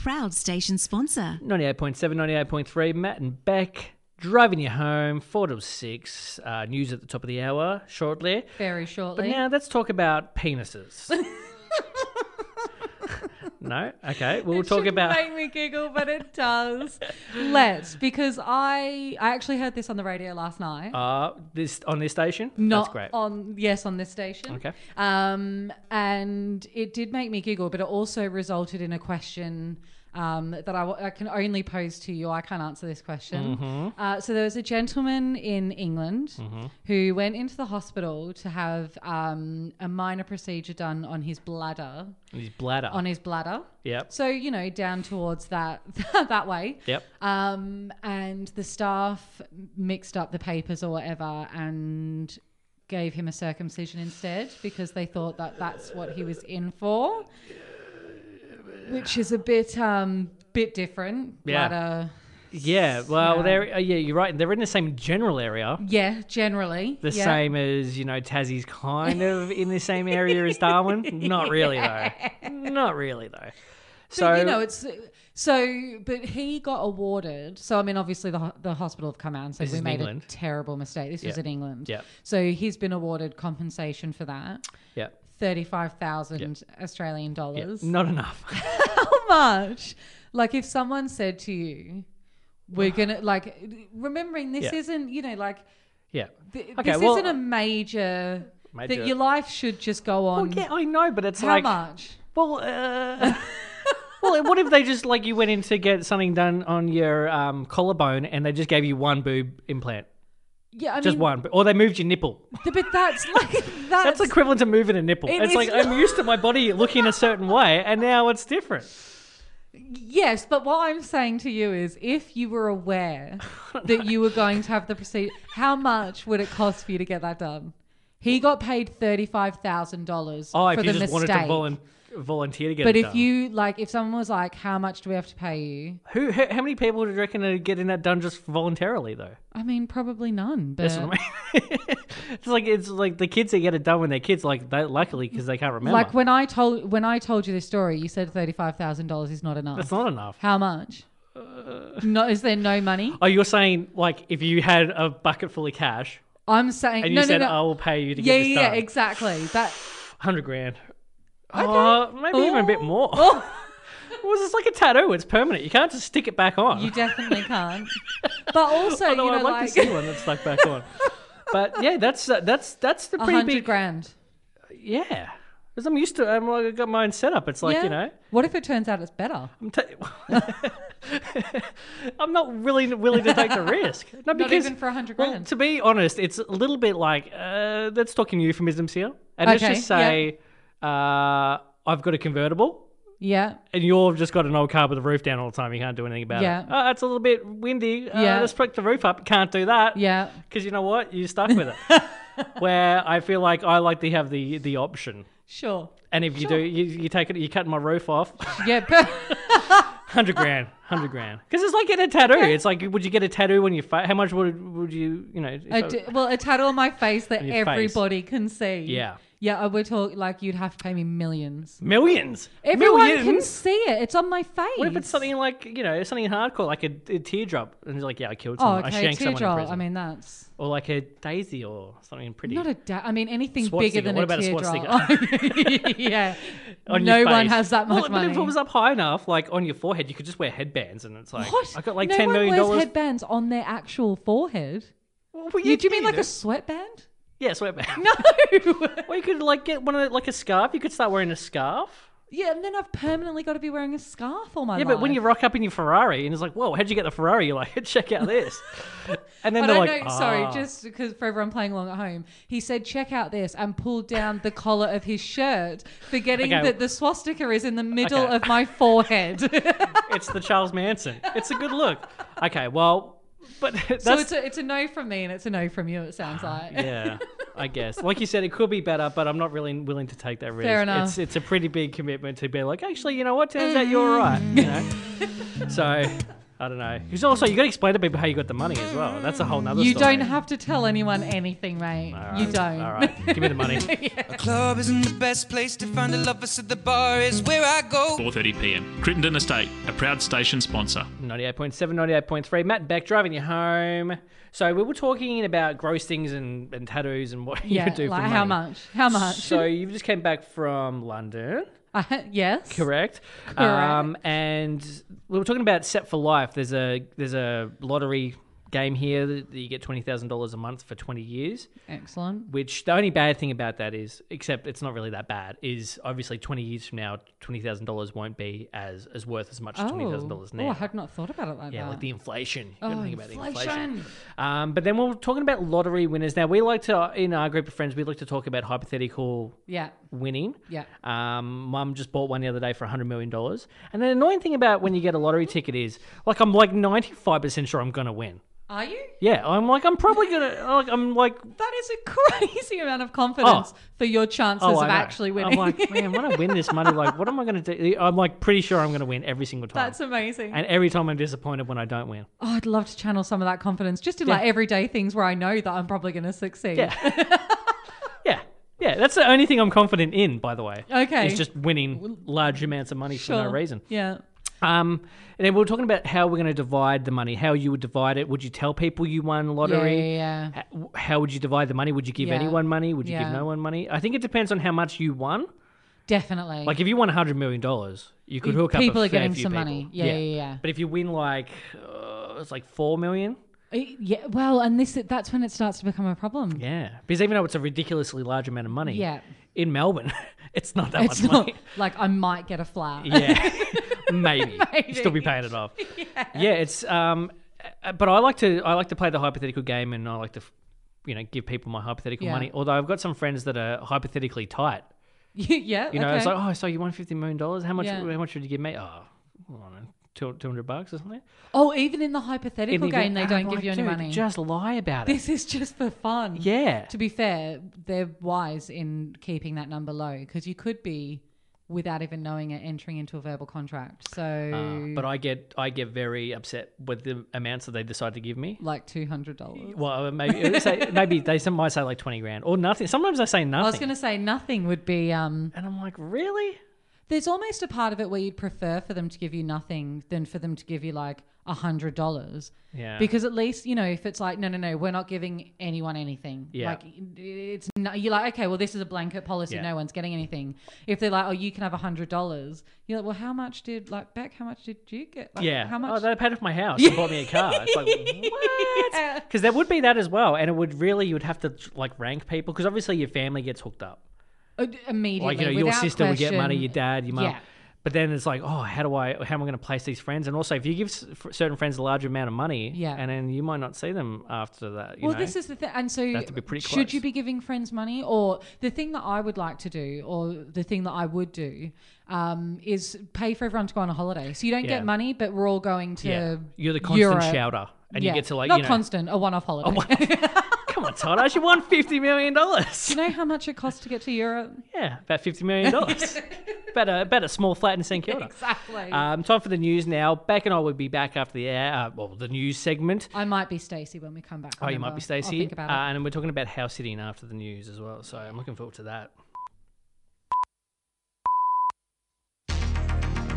proud station sponsor.
98.7, 98.3, Matt and Beck. Driving you home, 4 till 6. Uh, news at the top of the hour shortly.
very
But
shortly.
now let's talk about penises.
<laughs>
<laughs> no? Okay.
<laughs>
We'll
It
talk
should
about.
make me giggle, but it
<laughs>
does. Let's because I I actually heard this on the radio last night.
Uh, this on this station?
not
That's great.
on yes on this station.
Okay.
Um, and it did make me giggle, but it also resulted in a question um, that I, w- I can only pose to you. I can't answer this question.
Mm-hmm.
Uh, so there was a gentleman in England who went into the hospital to have um, a minor procedure done on his bladder.
And his bladder.
On his bladder.
Yep.
So you know, down towards that <laughs> that way.
Yep.
Um, and the staff mixed up the papers or whatever and gave him a circumcision instead because they thought that that's what he was in for, which is a bit um bit different. uh,
Yeah.
Bladder-
Yeah. Well,
Yeah.
they're. Uh, yeah, you're right. They're in the same general area.
yeah, generally
The
yeah.
same as, you know, Tassie's kind of in the same area as Darwin. <laughs> Not really, though. Not really, though. So,
But, you know, it's so. But he got awarded. So I mean, obviously the ho- the hospital have come out and said
This
we
is in
made
England.
a terrible mistake. This was
Yeah.
in England.
Yeah.
So he's been awarded compensation for that.
yeah.
Thirty-five thousand Australian
yeah.
dollars.
Not enough.
<laughs>
<laughs>
How much? Like, if someone said to you,
<sighs>
"We're gonna like," remembering this
Yeah.
isn't, you know, like
yeah.
th-
Okay,
this
well, uh,
isn't a major,
Major-
that your life should just go
Well,
on.
yeah, I know, but it's
How
like.
much?
Well, uh, <laughs> well, what if they just like you went in to get something done on your um, collarbone and they just gave you one boob implant,
Yeah, I
just
mean,
one, or they moved your nipple.
th- but that's like
<laughs> That's equivalent to moving a nipple.
It
it's
is
like I'm used to my body looking a certain way, and now it's different.
Yes, but what I'm saying to you is if you
<laughs>
were aware that you were going to have the procedure, how much would it cost for you to get that done? He got paid $35,000
Oh,
for
if you
the
just
mistake.
wanted to volun- volunteer to get
but
it
if
done.
you like if someone was like how much do we have to pay you?
who, how, how many people do you reckon are getting that done just voluntarily though?
I mean probably none, but
That's
<laughs>
what I mean. <laughs> it's like it's like the kids that get it done when they're kids, like they, luckily because they can't remember.
like when I told when I told you this story, you said $35,000 is not enough.
That's not Uh. enough.
how much? no is there no money?
Oh, you're saying like if you had a bucket full of cash
I'm saying
and
no
you
no
said
no.
I will pay you to
yeah,
get this
yeah,
done,
exactly. That
hundred grand. Oh, maybe even a bit
Oh.
more.
<laughs>
Well, it's like a tattoo. It's permanent. You can't just stick it back on.
You
<laughs>
definitely can't. but also,
Although
you know,
I'd like,
like,
to see one that's stuck back on. But yeah, that's uh, that's that's the
a
pretty
hundred
big
grand.
yeah. Because I'm used to I'm like I got my own setup. It's like
Yeah.
you know
What if it turns out it's better?
I'm ta- <laughs> I'm not really willing to take
<laughs>
the risk. No, because,
even for 100
well,
grand.
to be honest, it's a little bit like uh, let's talk in euphemisms here, and
Okay,
let's just say uh, I've got a convertible.
Yeah.
and you've just got an old car with the roof down all the time. You can't do anything about
Yeah.
it. Oh, it's a little bit windy. Uh,
Yeah.
Let's pick the roof up. Can't do that.
Yeah.
Because you know what? You're stuck with
<laughs>
it. Where I feel like I like to have the the option.
Sure.
And if you do, you, you take it, you cut my roof off. <laughs>
Yeah. But
100 grand. 100 grand. Because it's like getting a tattoo. It's like, would you get a tattoo when you fa- How much would would you, you know? if
I
I-
do- well, a tattoo on my face that
your face.
everybody can see.
Yeah.
Yeah, I would talk like you'd have to pay me millions.
Millions.
Everyone
millions.
can see it. It's on my face.
What if it's something like, you know, something hardcore, like a, a teardrop? And it's like, yeah, I killed
Oh,
someone.
okay.
I
a
shanked someone in
teardrop.
prison.
I mean, that's
or like a daisy or something pretty.
not a. Da- I mean, anything
Swastika.
bigger than
What
a
about a
teardrop. <laughs> yeah.
<laughs> on
no
your
one
face.
has that
Well,
much
But
money.
if it was up high enough, like on your forehead, you could just wear headbands, and it's like
What?
I got like
no
ten
one
million
wears
dollars.
headbands on their actual forehead.
Well, well,
You, do you mean like a
do. <laughs>
sweatband?
yeah sweatband? <laughs>
No.
Or you could like get one of the- like a scarf. You could start wearing a scarf.
yeah, and then I've permanently got to be wearing a scarf all my
Yeah,
life.
but when you rock up in your Ferrari and it's like, whoa, how'd you get the Ferrari? You're like, <laughs> check out
<laughs>
this. And then
I
they're
don't
like,
know. Sorry,
"Ah."
just because for everyone playing along at home, he said, "Check out this," and pulled down the collar of his shirt, forgetting
Okay.
that the swastika is in the middle
Okay.
of
<laughs>
my forehead.
it's the Charles Manson. It's a good
<laughs>
look. Okay, well, but <laughs> that's
so it's a, it's a no from me, and it's a no from you. It sounds like.
Ah, <laughs> yeah. I guess, like you said, it could be better, but I'm not really willing to take that risk.
enough.
It's it's a
Mm. <laughs>
pretty big commitment to be like, actually, you know what? Turns out you're right. You know, so I don't know. Because also, you got to explain to people how you got the money as well. That's a whole nother
You
story.
don't have to tell anyone anything, mate.
All right.
You don't.
All
<laughs>
right. Give me the money.
A club isn't the best place to find a lover, so the bar is where I go.
4:30 p.m. Crittenden Estate, a proud station sponsor.
98.7, 98.3. Matt Beck driving you home. So we were talking about gross things and, and tattoos and what
Yeah,
you do
like
for
how
money.
much? How much? <laughs>
So you just came back from London,
Uh, yes.
correct? Um, and we were talking about Set for Life. There's a there's a lottery game here that you get twenty thousand dollars a month for twenty years.
Excellent.
Which the only bad thing about that is, except it's not really that bad, is obviously twenty years from now, twenty thousand dollars won't be as as worth as much as twenty thousand dollars now.
oh, I had not thought about it like
Yeah,
that.
like the inflation. You
Oh,
gotta think about the inflation.
inflation.
Um, but then we're talking about lottery winners. Now we like to, in our group of friends, we like to talk about hypothetical
yeah.
winning.
Yeah.
Um, mum just bought one the other day for hundred million dollars. And the annoying thing about when you get a lottery ticket is, like, I'm like ninety five percent sure I'm gonna win.
Are you?
Yeah, I'm like, I'm probably gonna, like, I'm like, oh,
That is a <laughs> crazy amount of confidence for your chances
oh,
of
I know.
actually
I'm
winning. <laughs>
like, man, when I win this money, like, what am I gonna do? I'm like, pretty sure I'm gonna win every single time.
That's amazing.
and every time I'm disappointed when I don't win.
oh, I'd love to channel some of that confidence just in like
Yeah.
everyday things where I know that I'm probably going to succeed. <laughs>
Yeah. Yeah, yeah. That's the only thing I'm confident in, by the way.
Okay.
It's just winning large amounts of money for no reason.
Yeah.
Um, and then we were talking about how we're going to divide the money. How you would divide it? Would you tell people you won lottery?
Yeah, yeah,
H- w- How would you divide the money? Would you give
Yeah.
anyone money? Would you
Yeah.
give no one money? I think it depends on how much you won.
Definitely.
Like if you won hundred million dollars, you could hook up. a
people are
fair
getting
few
some
people.
money. Yeah, yeah, yeah.
But if you win like uh, it's like four million.
Eh, yeah. Well, and this that's when it starts to become a problem.
Yeah, because even though it's a ridiculously large amount of money,
Yeah.
in Melbourne, <laughs> it's not that
<laughs> It's
much
not
money.
like I might get a flat.
Yeah, maybe. You'd still be paying it off. Yeah. it's um, uh, but I like to I like to play the hypothetical game, and I like to, f- you know, give people my hypothetical
Yeah.
money. Although I've got some friends that are hypothetically tight.
<laughs> yeah.
You know, it's
okay.
like oh, so you won fifty million dollars? How much?
Yeah.
How much would you give me? Oh, I don't know. Two hundred bucks or something.
oh, even in the hypothetical
In the
game,
event-
they
I'm
don't give
like,
you any
"Dude,
money.
Just lie about it.
This is just for fun.
Yeah.
To be fair, they're wise in keeping that number low because you could be, without even knowing it, entering into a verbal contract. So,
Uh, but I get I get very upset with the amounts that they decide to give me.
like two hundred dollars.
Well, uh, maybe <laughs> say, maybe they some might say like twenty grand or nothing. Sometimes they say nothing,
I was going to say nothing would be. Um,
and I'm like, really?
there's almost a part of it where you'd prefer for them to give you nothing than for them to give you like a hundred dollars.
Yeah.
Because at least you know if it's like no no no we're not giving anyone anything.
Yeah.
Like it's no, you're like okay well this is a blanket policy
Yeah.
no one's getting anything. If they're like oh you can have a hundred dollars you're like well how much did like Beck how much did you get? Like,
yeah.
How
Oh,
<laughs> much?
they paid off my house and bought me
<laughs>
a car. It's like what? Because there would be that as well, and it would really you would have to like rank people because obviously your family gets hooked up.
Uh, <laughs> Immediately.
Like you know, your
without
sister would get money,
question.
your dad, your mum.
Yeah.
But then it's like, oh, how do I? How am I going to place these friends? And also, if you give s- f- certain friends a large amount of money,
Yeah.
and then you might not see them after that. You
Well,
know?
this is the thing, and so
have to be pretty
should
close.
you be giving friends money, or the thing that I would like to do, or the thing that I would do, um, is pay for everyone to go on a holiday. So you don't
Yeah.
get money, but we're all going to.
yeah, you're the constant
Europe.
shouter, and
Yeah.
you get to like
not
you know,
constant, a one-off holiday.
come on, Todd, I should won fifty million dollars.
<laughs> do <laughs> you know how much it costs to get to Europe?
Yeah, about fifty million
<laughs>
dollars. about a about a small flat in St Kilda.
Exactly.
Um, time for the news now. Beck and I will be back after the air. Uh, well, the news segment.
I might be Stacey when we come back.
Oh, you might
remember.
be
I'll
Stacey.
think
Uh,
about it.
and then we're talking about house sitting after the news as well. So I'm looking forward to that.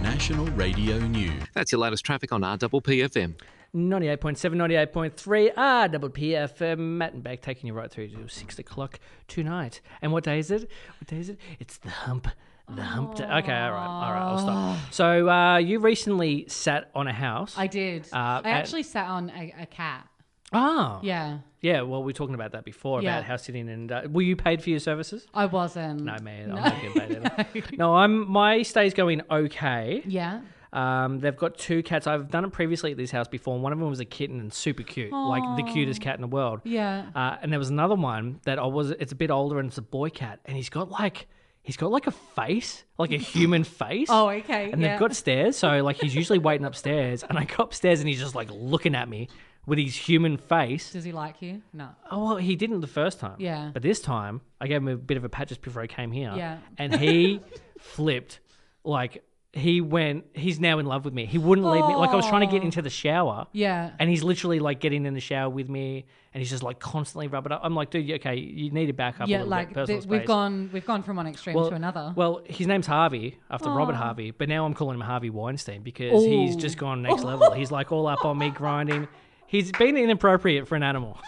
National Radio News.
That's your latest traffic on RPPFM.
98.7, 98.3 R double PFM. Matt and Beck taking you right through to six o'clock tonight. And what day is it? What day is it? It's the hump. The hump day. Okay, all right, all right, I'll stop. So uh, you recently sat on a house.
Ah. I did.
uh,
I
and-
actually sat on a, a cat.
Oh.
Yeah,
Yeah, well, we were talking about that before
Yeah.
about house sitting, and uh, were you paid for your services?
I wasn't.
No, man, I'm not getting paid. at
<laughs>
all. No, I'm. My stay's going okay.
Yeah.
Um, they've got two cats. I've done it previously at this house before. and One of them was a kitten and super cute, like the cutest cat in the world.
Yeah.
Uh, and there was another one that I was. It's a bit older and it's a boy cat, and he's got like he's got like a face, like a human face.
<laughs> Oh, okay,
And
yeah.
they've got stairs, so like he's usually waiting upstairs, and I go upstairs and he's just like looking at me with his human face.
Does he like you? No.
Oh well, he didn't the first time.
Yeah.
But this time,
<laughs>
I gave him a bit of a pat just before I came here.
Yeah.
And he flipped, like he went, he's now in love with me. He wouldn't leave me. Like I was trying to get
Aw.
into the shower.
Yeah.
And he's literally like getting in the shower with me, and he's just like constantly rubbing up. I'm like, dude, okay, you need to back up. a
yeah,
little
like
bit,
th-
personal
we've
space."
gone we've gone from one extreme to another.
<laughs> Well, his name's Harvey after Robert Harvey, but now I'm calling him Harvey Weinstein because he's
Ooh.
just gone next level. He's like all up on me grinding. He's been inappropriate for an animal.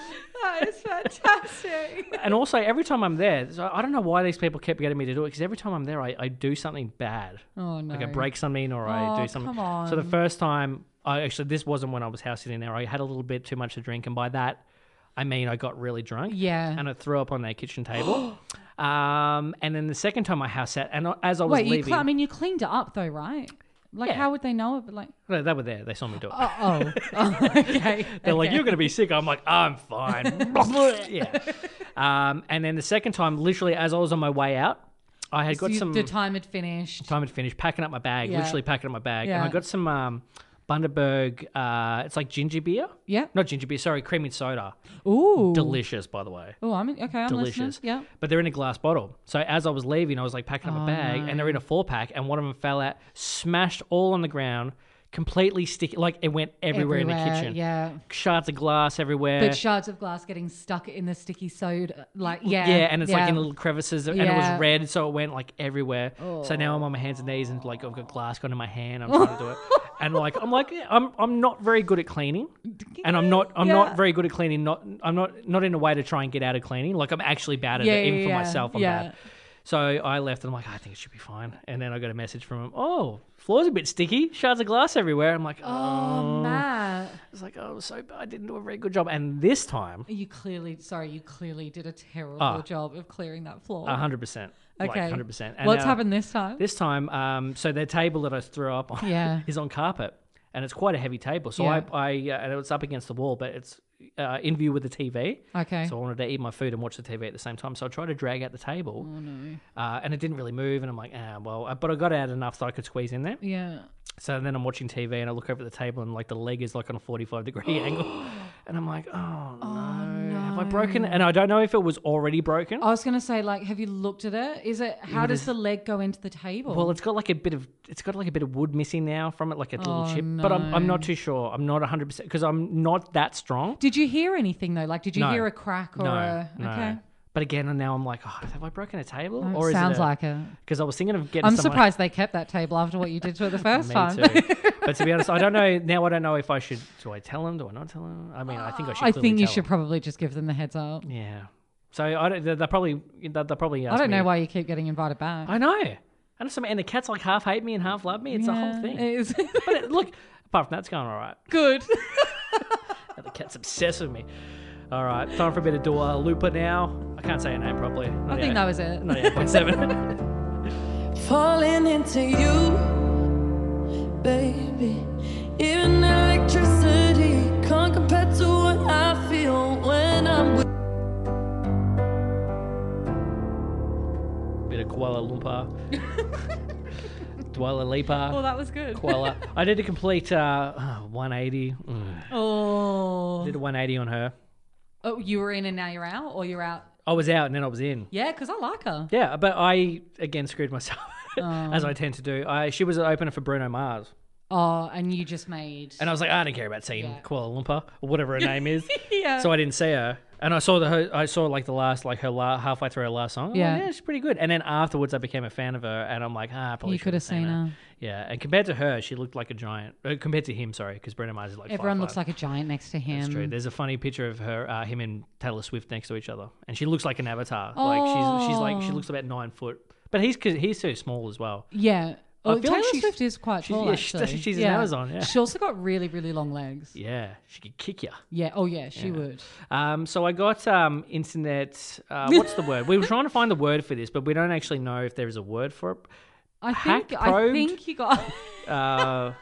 that is fantastic.
And also, every time I'm there, so I don't know why these people kept getting me to do it because every time I'm there, I, I do something bad.
Oh no.
Like I break something or I
Oh,
do something.
come
So the
on.
first time, I actually, this wasn't when I was house sitting there. I had a little bit too much to drink. And by that, I mean I got really drunk.
Yeah.
And I threw up on their
<gasps>
kitchen table. um, and then the second time I house sat, and I- as I was
Wait, you
leaving.
cl- I mean you cleaned it up though, right? Like
Yeah.
how would they know
<laughs>
it? Like
No, they were there. They saw me do it.
oh, oh <laughs> okay.
They're like, "You're gonna be sick." I'm like, "I'm
<laughs>
fine." <laughs> yeah. Um, and then the second time, literally, as I was on my way out, I had got
You-
some
the time had finished.
time had finished packing up my bag,
Yeah.
literally packing up my bag, and I
Yeah.
got some um, Bundaberg. Uh, it's like ginger beer.
Yeah.
Not ginger beer. Sorry, cream and soda.
Ooh.
Delicious, by the way.
Oh, I'm in- okay. I'm
Delicious.
listening. Yeah. Oh,
But they're in a glass bottle. So as I was leaving, I was like packing up a bag, and they're in a four pack, and one of them fell out, smashed all on the ground. Completely sticky, like it went everywhere, in the kitchen.
Yeah.
shards of glass everywhere.
But shards of glass getting stuck in the sticky soda, like yeah,
yeah, and it's like in
yeah.
little crevices, and it
Yeah.
was red, so it went like everywhere. So now I'm on my hands and knees, and like I've got glass going in my hand. I'm trying to
<laughs>
do it, and like I'm like I'm I'm not very good at cleaning, and I'm not I'm
Yeah.
not very good at cleaning. Not I'm not not in a way to try and get out of cleaning. Like I'm actually bad at
Yeah,
it, even
yeah,
for
yeah,
myself. I'm
yeah.
bad. So I left, and I'm like I think it should be fine. And then I got a message from him. Oh, floor's a bit sticky, shards of glass everywhere. I'm like, oh,
Oh, Matt,
it's like oh, so I didn't do a very good job. And this time,
you clearly sorry, you clearly did a terrible
Ah.
job of clearing that floor.
hundred percent.
Okay,
like hundred percent.
What's happened this time?
This time, um, so their table that I threw up on
Yeah.
<laughs> is on carpet, and it's quite a heavy table. So
Yeah.
I, I uh, and it's up against the wall, but it's uh, in view with the TV.
okay.
So I wanted to eat my food and watch the TV at the same time. So I tried to drag out the table,
Oh,
uh, and it didn't really move. And I'm like, ah, well, uh, but I got out enough so I could squeeze in there.
yeah.
So then I'm watching TV, and I look over at the table, and like the leg is like on a 45
<gasps>
degree angle, and I'm like, oh, no. have I broken? it? And I don't know if it was already broken.
I was gonna say, like, have you looked at it? Is it how does the leg go into the table?
Well, it's got like a bit of it's got like a bit of wood missing now from it, like a
Oh,
little chip. But I'm I'm not too sure. I'm not 100 percent because I'm not that strong.
did you hear anything though? Like, did you
No.
hear a crack or
No,
a?
no.
Okay.
But again, and now I'm like, oh, have I broken a table?
Mm,
Or
sounds
is it
like it.
because I was thinking of getting.
I'm
someone-
surprised they kept that table after what you did
<laughs>
to it the first
Me
<laughs> time.
too. but to be honest, I don't know now. I don't know if I should. Do I tell him? Do I not tell him? I mean, I think I should.
I
clearly
think you
tell
should
him.
probably just give them the heads up.
Yeah. So I don't. They they probably. They they probably.
I
ask
don't know
me-
why you keep getting invited back.
I know. And, some, and the cats like half hate me and half love me. It's a
Yeah,
whole thing.
it is. <laughs>
But it, look, apart from that, it's going all right.
Good.
The cat's obsessed with me. All right, time for a bit of Dua Lupa now. I can't say her name properly.
I think that was it.
98.7.
Falling into you, baby. Even electricity can't compare to what I feel when I'm with
bit of Kuala Lumpur. Dua Lipa.
<laughs> Well, that was good.
Kuala. I did a complete uh, <sighs> oh, 180. Mm.
<laughs> Oh.
Did a 180 on her.
oh, you were in and now you're out, or you're out?
I was out and then I was in.
Yeah, because I like her.
Yeah, but I again screwed myself, <laughs> as I tend to do. I she was an opener for Bruno Mars,
Oh, and you just made.
and I was like, I don't care about seeing
Yeah.
Kuala Lumpur or whatever her name is.
<laughs> yeah.
So I didn't see her, and I saw the her, I saw like the last like her la- halfway through her last song. I'm like,
Yeah.
yeah, she's pretty good. And then afterwards, I became a fan of her, and I'm like, ah, I probably
You could have
should've
seen her.
Yeah, and compared to her, she looked like a giant. Uh, compared to him, sorry, because Brendan Mars is like
Everyone looks
5'5".
like a giant next to him.
That's true. There's a funny picture of her, uh, him and Taylor Swift next to each other, and she looks like an avatar. Like she's she's like she
Oh.
looks about nine foot, but he's 'cause he's so small as well.
Yeah.
I
Oh,
feel
Taylor
like she's-
Swift is quite
she's-
tall.
yeah, she's-
actually.
she's an Amazon, yeah.
She also got really, really long legs. Yeah.
Yeah, she could kick you.
Oh, yeah. She would.
Um, so I got um, internet. Uh, what's the word? We were trying to find the word for this, but we don't actually know if there is a word for it.
I
Hack
think. I
probed?
think you got. <laughs>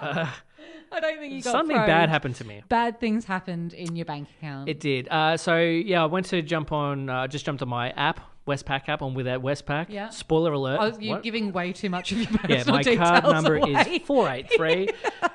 Uh,
I don't think <laughs> you got.
something
probed.
bad happened to me.
Bad things happened in your bank account.
It did. Uh, so yeah, I went to jump on. Uh, just jumped on my app Westpac app on with that Westpac.
Yeah.
Spoiler alert.
Oh, you're
What?
giving way too much of your personal
yeah, my
details
card number
away.
is four eight
<laughs>
three,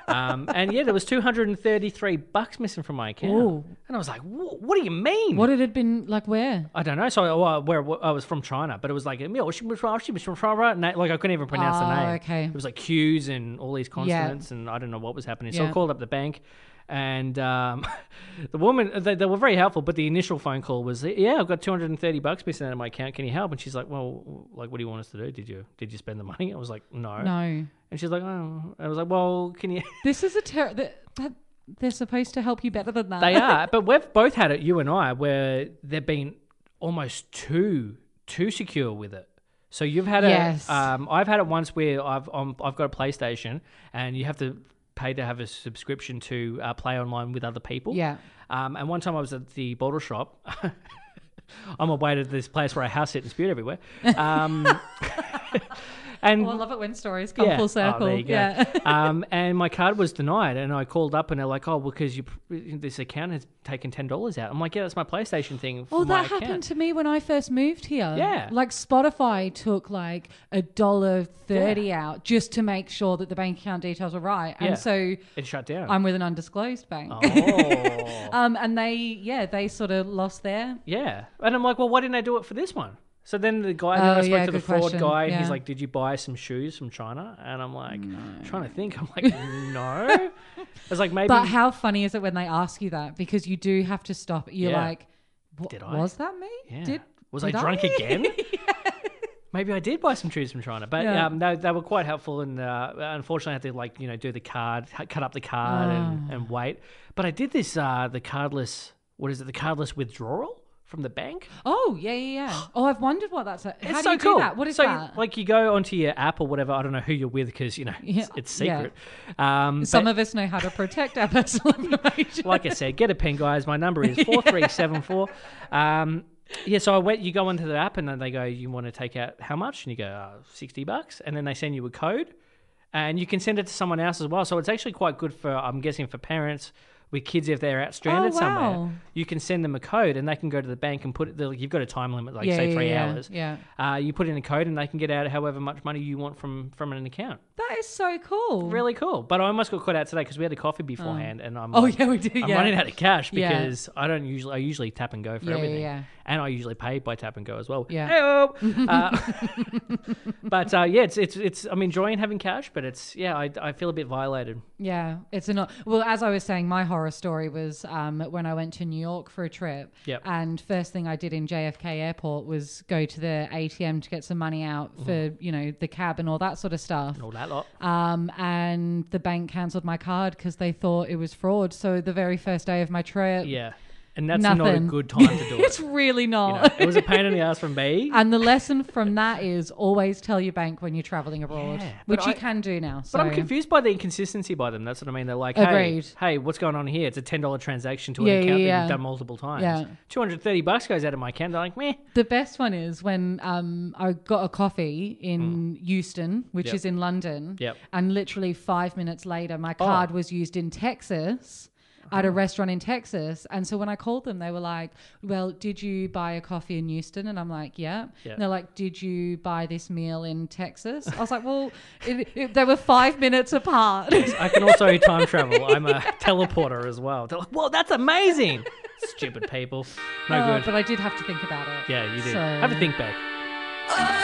um, and yeah, there was two hundred and thirty three bucks missing from my account,
Ooh.
and I was like, "Wh- "What do you mean?"
What it had been like? Where?
I don't know. So, well, I- where where- I was from China, but it was like, "Yeah, she was from, she was from China," and that- like I couldn't even pronounce the
Oh,
name.
okay.
It was like Q's and all these consonants, and I don't know what was happening. So I
Yeah.
called up the bank, and um, <laughs> the woman they, they were very helpful. But the initial phone call was, "Yeah, I've got two hundred and thirty bucks missing out of my account. Can you help?" And she's like, "Well, like, what do you want us to do? Did you did you spend the money?" I was like,
No.
and she's like, oh. I was like, well, can you?
This is a ter- that, that they're supposed to help you better than that.
they
<laughs>
are, but we've both had it, you and I, where they've been almost too too secure with it. So you've had it.
Yes.
Um, I've had it once where I've um, I've got a PlayStation, and you have to pay to have a subscription to uh, play online with other people.
Yeah.
Um, and one time I was at the bottle shop. <laughs> I'm away to this place where I house sit and spit everywhere. Um, <laughs> and
Well, Oh, I love it when stories come
Oh,
full circle.
there you go.
Yeah. <laughs>
um, and my card was denied, and I called up, and they're like, "Oh, because you this account has taken ten dollars out." I'm like, "Yeah, that's my PlayStation thing."
Well,
for my
Oh, that happened
account."
to me when I first moved here.
Yeah.
Like Spotify took like a dollar thirty out just to make sure that the bank account details were right. And
Yeah.
so
It shut down.
I'm <laughs> with an undisclosed bank.
oh,
<laughs> Um, and they, yeah, they sort of lost their.
<laughs> yeah. And I'm like, "Well, why didn't I do it for this one?" So then the guy, then I
Oh,
spoke
yeah,
to the
good
fraud
question.
guy, and he's
Yeah.
like, "Did you buy some shoes from China?" And I'm like, trying to think. <laughs> I'm like,
<laughs>
"No." I was like, "Maybe."
But how funny is it when they ask you that? Because you do have to stop. You're
Yeah.
like, "Wa-
Did I?
was that me?
Yeah.
Did
was
did
I drunk
<laughs>
again? Maybe I did buy some shoes from China, but
Yeah.
um, they, they were quite helpful. And uh, unfortunately, I had to like you know do the card, hu- cut up the card,
Ah.
and, and wait. But I did this uh, the cardless. What is it? The cardless withdrawal from the bank.
Oh yeah, yeah,
<gasps>
yeah. Oh, I've wondered what that's. Like. How
it's
do
so
you do
cool.
that? What is
so,
that?
Like you go onto your app or whatever. I don't know who you're with because you know
Yeah,
it's, it's
yeah.
secret. Um,
Some
but-
of us know how to protect our personal
<laughs>
information.
like I said, get a pen, guys. My number
<laughs>
is four three seven four. Um, yeah, so I went. You go into the app, and then they go, "You want to take out how much?" And you go, uh, 60 bucks." And then they send you a code, and you can send it to someone else as well. So it's actually quite good for, I'm guessing, for parents with kids if they're out stranded
Oh, wow.
somewhere. You can send them a code, and they can go to the bank and put it. they're Like, you've got a time limit, like
Yeah,
say
yeah,
three
yeah,
hours.
yeah.
Uh, you put in a code, and they can get out however much money you want from from an account.
that is so cool.
Really cool. But I almost got caught out today because we had a coffee beforehand, and I'm
Oh
like-
yeah, we do.
I'm
yeah.
running out of cash
Yeah.
because I don't usually I usually tap and go for
Yeah, yeah,
everything,
yeah.
and I usually pay by tap and go as well.
Yeah. <laughs>
Heyo! Uh, <laughs> but uh, yeah, it's it's it's I'm enjoying having cash, but it's yeah I, I feel a bit violated.
Yeah, it's not. Well, as I was saying, my horror story was um, when I went to New York for a trip.
Yep.
And first thing I did in JFK Airport was go to the ATM to get some money out
Mm-hmm.
for you know the cab and all that sort of stuff.
All that lot.
Um, and the bank cancelled my card because they thought it was fraud. So the very first day of my trip,
Yeah, and that's not a
Nothing.
good time
<laughs>
to do
it's
it.
really
You
not.
know, it was a pain in the ass for
<laughs>
me.
And the lesson from that is always tell your bank when you're traveling abroad,
Yeah, but
which you
I-
can do now. So.
But I'm confused by the inconsistency by them. That's what I mean. They're like, hey,
Agreed.
hey, what's going on here? It's a ten dollar transaction to an
Yeah, yeah,
account that
yeah.
you've done multiple times.
Yeah.
Two hundred thirty bucks goes out of my account. They're like, meh.
The best one is when um, I got a coffee in Euston,
Mm.
which
Yep.
is in London,
Yep. Oh.
and literally five minutes later, my card was used in Texas. At a restaurant in Texas. And so when I called them, they were like, Well, did you buy a coffee in Euston? And I'm like, Yeah.
Yeah.
And they're like, Did you buy this meal in Texas? I was like, Well, <laughs> it, it, they were five minutes apart. <laughs>
I can also time travel. I'm a teleporter as well. They're like, whoa, that's amazing. Stupid people. No
Uh,
good.
but I did have to think about it.
yeah, you did.
So-
Have a think back.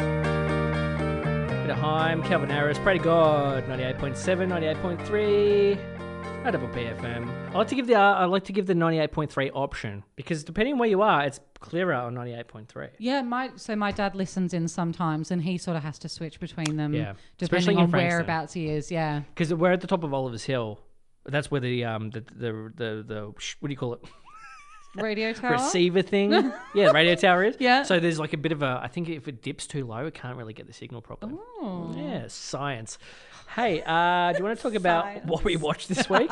Bit of Heim, Calvin Harris, Pray to God, 98.7, 98.3. Audible PFM. I like to give the uh, I like to give the 98.3 option because depending where you are, it's clearer on 98.3.
Yeah, my so my dad listens in sometimes, and he sort of has to switch between them,
Yeah. Especially
depending
in
on
Frankston.
whereabouts he is. Yeah,
because we're at the top of Oliver's Hill. That's where the um the the the, the sh- what do you call it? <laughs>
radio tower.
receiver
<laughs>
thing. yeah, radio tower is.
Yeah.
So there's like a bit of a. I think if it dips too low, it can't really get the signal properly.
Oh.
Yeah, science. Hey, uh, do you want to talk about what we watched this
<laughs>
week?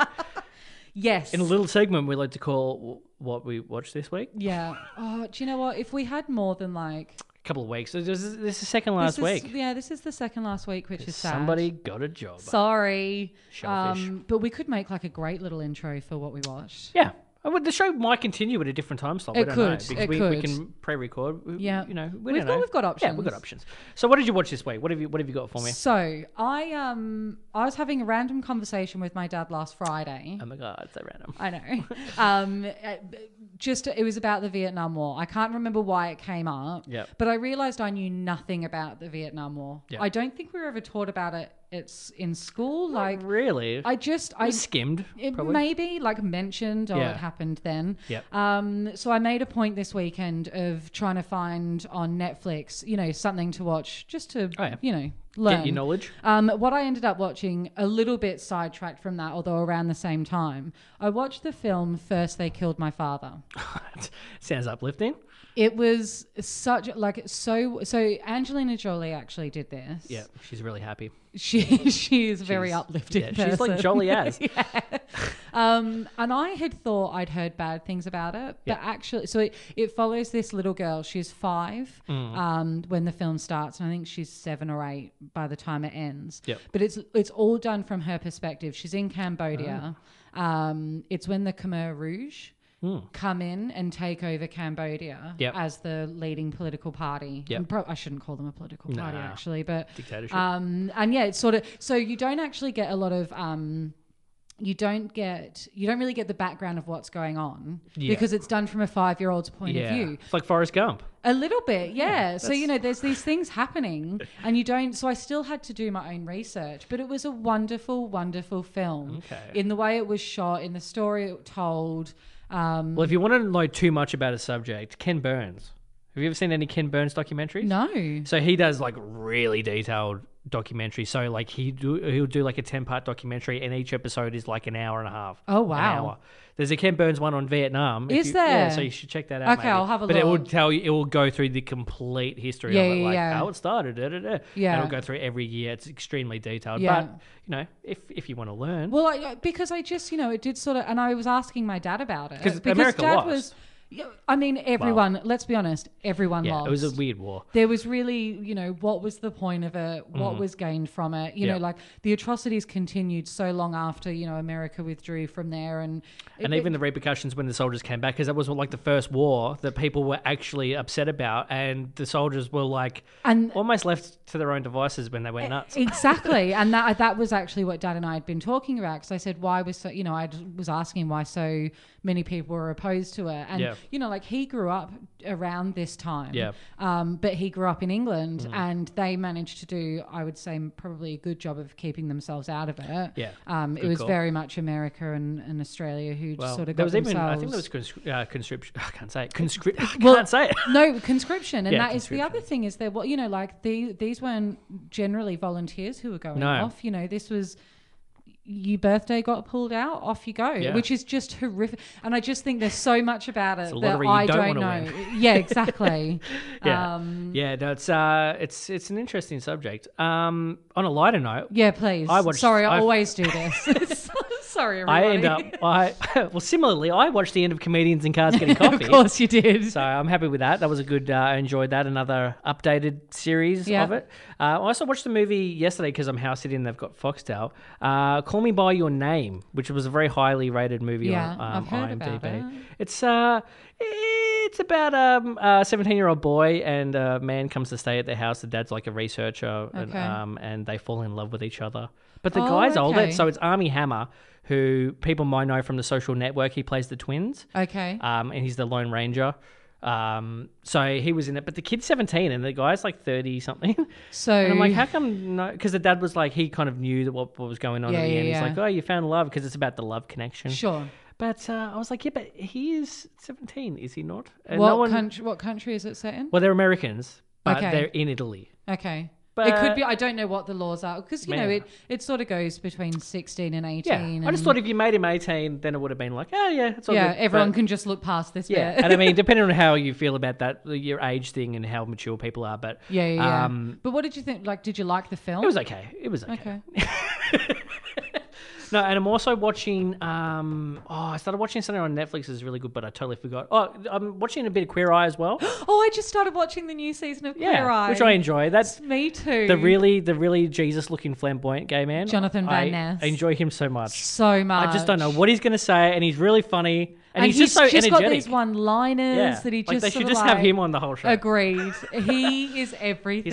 Yes.
In a little segment, we like to call w- what we watched this week.
yeah. Oh, do you know what? If we had more than like
A couple of weeks. So This is, this is the second last
this is-
week.
yeah, this is the second last week, which is sad.
Somebody got a job.
Sorry. Um,
Shellfish.
but we could make like a great little intro for what we watched.
yeah. I I would, the show might continue at a different time slot. we
It
don't know,
could,
because
it
we, we
could.
can pre-record. We-
Yeah.
you know, we
We've
don't
got-
know.
we've got
Yeah, we've got
options.
options. So, what did you watch this week? What have you What have you got for me?
So I um I was having a random conversation with my dad last Friday.
Oh my god, it's so random.
I know. <laughs> um, uh, b- just it was about the Vietnam War. I can't remember why it came up.
Yep.
But I realized I knew nothing about the Vietnam War.
Yep.
I don't think we were ever taught about it. It's in school. Like
really?
I just I
I skimmed.
it
probably.
maybe like mentioned or
Yeah.
it happened then.
Yep.
Um, so I made a point this weekend of trying to find on Netflix, you know, something to watch just to,
Oh, yeah.
you know, learn
Get your knowledge.
Um, what I ended up watching, a little bit sidetracked from that, although around the same time, I watched the film First They Killed My Father.
<laughs> Sounds uplifting.
It was such like so so. Angelina Jolie actually did this.
Yeah, she's really happy.
she <laughs> she is very
She's-
uplifting.
yeah, she's like
person.
jolly
<laughs>
as.
Um, and I had thought I'd heard bad things about it,
Yeah.
but actually, so it, it follows this little girl. She's five
Mm.
um, when the film starts, and I think she's seven or eight by the time it ends.
Yep.
But it's it's all done from her perspective. She's in Cambodia.
Ah.
Um, it's when the Khmer Rouge. Come in and take over Cambodia
Hmm. Yep.
as the leading political party.
Yep.
And Pro- I shouldn't call them a political party,
Nah.
actually, but
Dictatorship.
um, and yeah, it's sort of so you don't actually get a lot of um, you don't get you don't really get the background of what's going on
Yeah.
because it's done from a five year old's point
yeah,
of view.
it's like Forrest Gump.
A little bit, yeah. so you know, there's these things happening, and you don't. So I still had to do my own research, but it was a wonderful, wonderful film
Okay.
in the way it was shot, in the story it told. Um,
Well, if you want to know too much about a subject, Ken Burns. Have you ever seen any Ken Burns documentaries?
no,
So he does like really detailed documentary. So like he do, he'll do like a ten part documentary, and each episode is like an hour and a half.
Oh,
An
wow.
hour. There's a Ken Burns one on Vietnam. If
Is
you- Yeah,
there?
so you should check that out.
Okay,
maybe.
I'll have a
But it will
look.
tell you. It will go through the complete history
Yeah,
of it,
yeah,
like
yeah.
how it started. Da, da, da. And
Yeah.
it'll go through every year. It's extremely detailed.
Yeah.
But you know, if if you want to learn,
Well, I, I- because I just, you know, it did sort of, and I was asking my dad about it
'Cause America lost.
Yeah, I mean, everyone. Let's be honest, everyone
yeah,
lost.
it was a weird war.
there was really, you know, what was the point of it? What was gained from it? You
Mm-hmm. Yeah.
know, like the atrocities continued so long after, you know, America withdrew from there, and it-
and even the repercussions when the soldiers came back, because that was like the first war that people were actually upset about, and the soldiers were like
And-
almost left to their own devices when they
Eh,
went nuts. <laughs>
exactly and that that was actually what dad and i had been talking about because i said why was so you know i d- was asking why so many people were opposed to it and
Yeah.
you know like he grew up around this time
Yeah. Mm.
um, but he grew up in england and they managed to do i would say probably a good job of keeping themselves out of it
Yeah.
um, it
Good
was
call.
very much america and, and australia who
Well,
sort of eh, got
there was even I
themselves
think there was conscri- uh, conscription. <laughs> I can't say it. Conscript. <laughs> I can't
Well,
say it.
no conscription and
Yeah,
that is the other thing is there what you know like the, these weren't generally volunteers who were going
No.
off you know this was your birthday got pulled out off you go
Yeah.
which is just horrific and i just think there's so much about it
a
that
lottery you
i
don't
don't,
wanna
know <laughs> yeah exactly
Yeah,
um
yeah. No, it's uh, it's it's an interesting subject. Um, on a lighter note,
yeah please
I watched-
sorry i
I've-
always
<laughs>
do this <laughs> sorry everybody.
I end up I <laughs> well similarly I watched the end of comedians in cars
<laughs>
getting coffee.
of course you did
<laughs> So I'm happy with that. That was a good. Uh, I enjoyed that. Another updated series
Yeah.
of it. Uh, I also watched the movie yesterday because I'm house sitting. They've got Foxtel. Uh, Call Me by Your Name, which was a very highly rated movie on
Yeah,
um,
I've heard about
IMDb.
it.
It's uh, it's about um, a 17 year old boy and a man comes to stay at their house. The dad's like a researcher, and,
Okay.
um, and they fall in love with each other. But the
Oh,
guy's older,
okay.
so it's Army Hammer, who people might know from the Social Network. He plays the twins
okay
um, and he's the Lone Ranger. Um, so he was in it, but the kid's 17 and the guy's like 30 something. <laughs>
so
And I'm like, how come no? Because the dad was like, he kind of knew that what, what was going on
Yeah,
at the
yeah,
end.
yeah.
He's like, oh, you found love because it's about the love connection.
sure
But uh, I was like, yeah, but he is 17, is he not? And
what
no one-
country what country is it set in
Well, they're Americans, but
Okay.
they're in Italy.
Okay. it
But-
could be. I don't know what the laws are because you
Man.
know it. It sort of goes between sixteen and
Yeah.
eighteen.
I just
and-
thought if you made him 18, then it would have been like, oh, yeah, it's all
yeah,
good.
everyone
But-
can just look past this
Yeah,
bit.
and I mean, depending on how you feel about that, your age thing and how mature people are, but
<laughs> yeah, yeah. yeah.
Um,
but what did you think? Like, did you like the film?
It was okay. It was okay.
okay.
<laughs> No, and I'm also watching. Um, oh, I started watching something on Netflix that's really good, but I totally forgot. Oh, I'm watching a bit of Queer Eye as
<gasps>
well.
Oh, I just started watching the new season of
yeah,
Queer Eye.
which I enjoy. That's
Me too.
the really, the really Jesus-looking flamboyant gay man,
Jonathan Van
I-
Ness.
I enjoy him so much.
so much.
I just don't know what he's going to say, and he's really funny. And, he's, just so
got
energetic.
these one-liners
yeah.
that he
like
just
they
sort
should
of
just
like,
have him on the whole show.
Agreed. He is everything.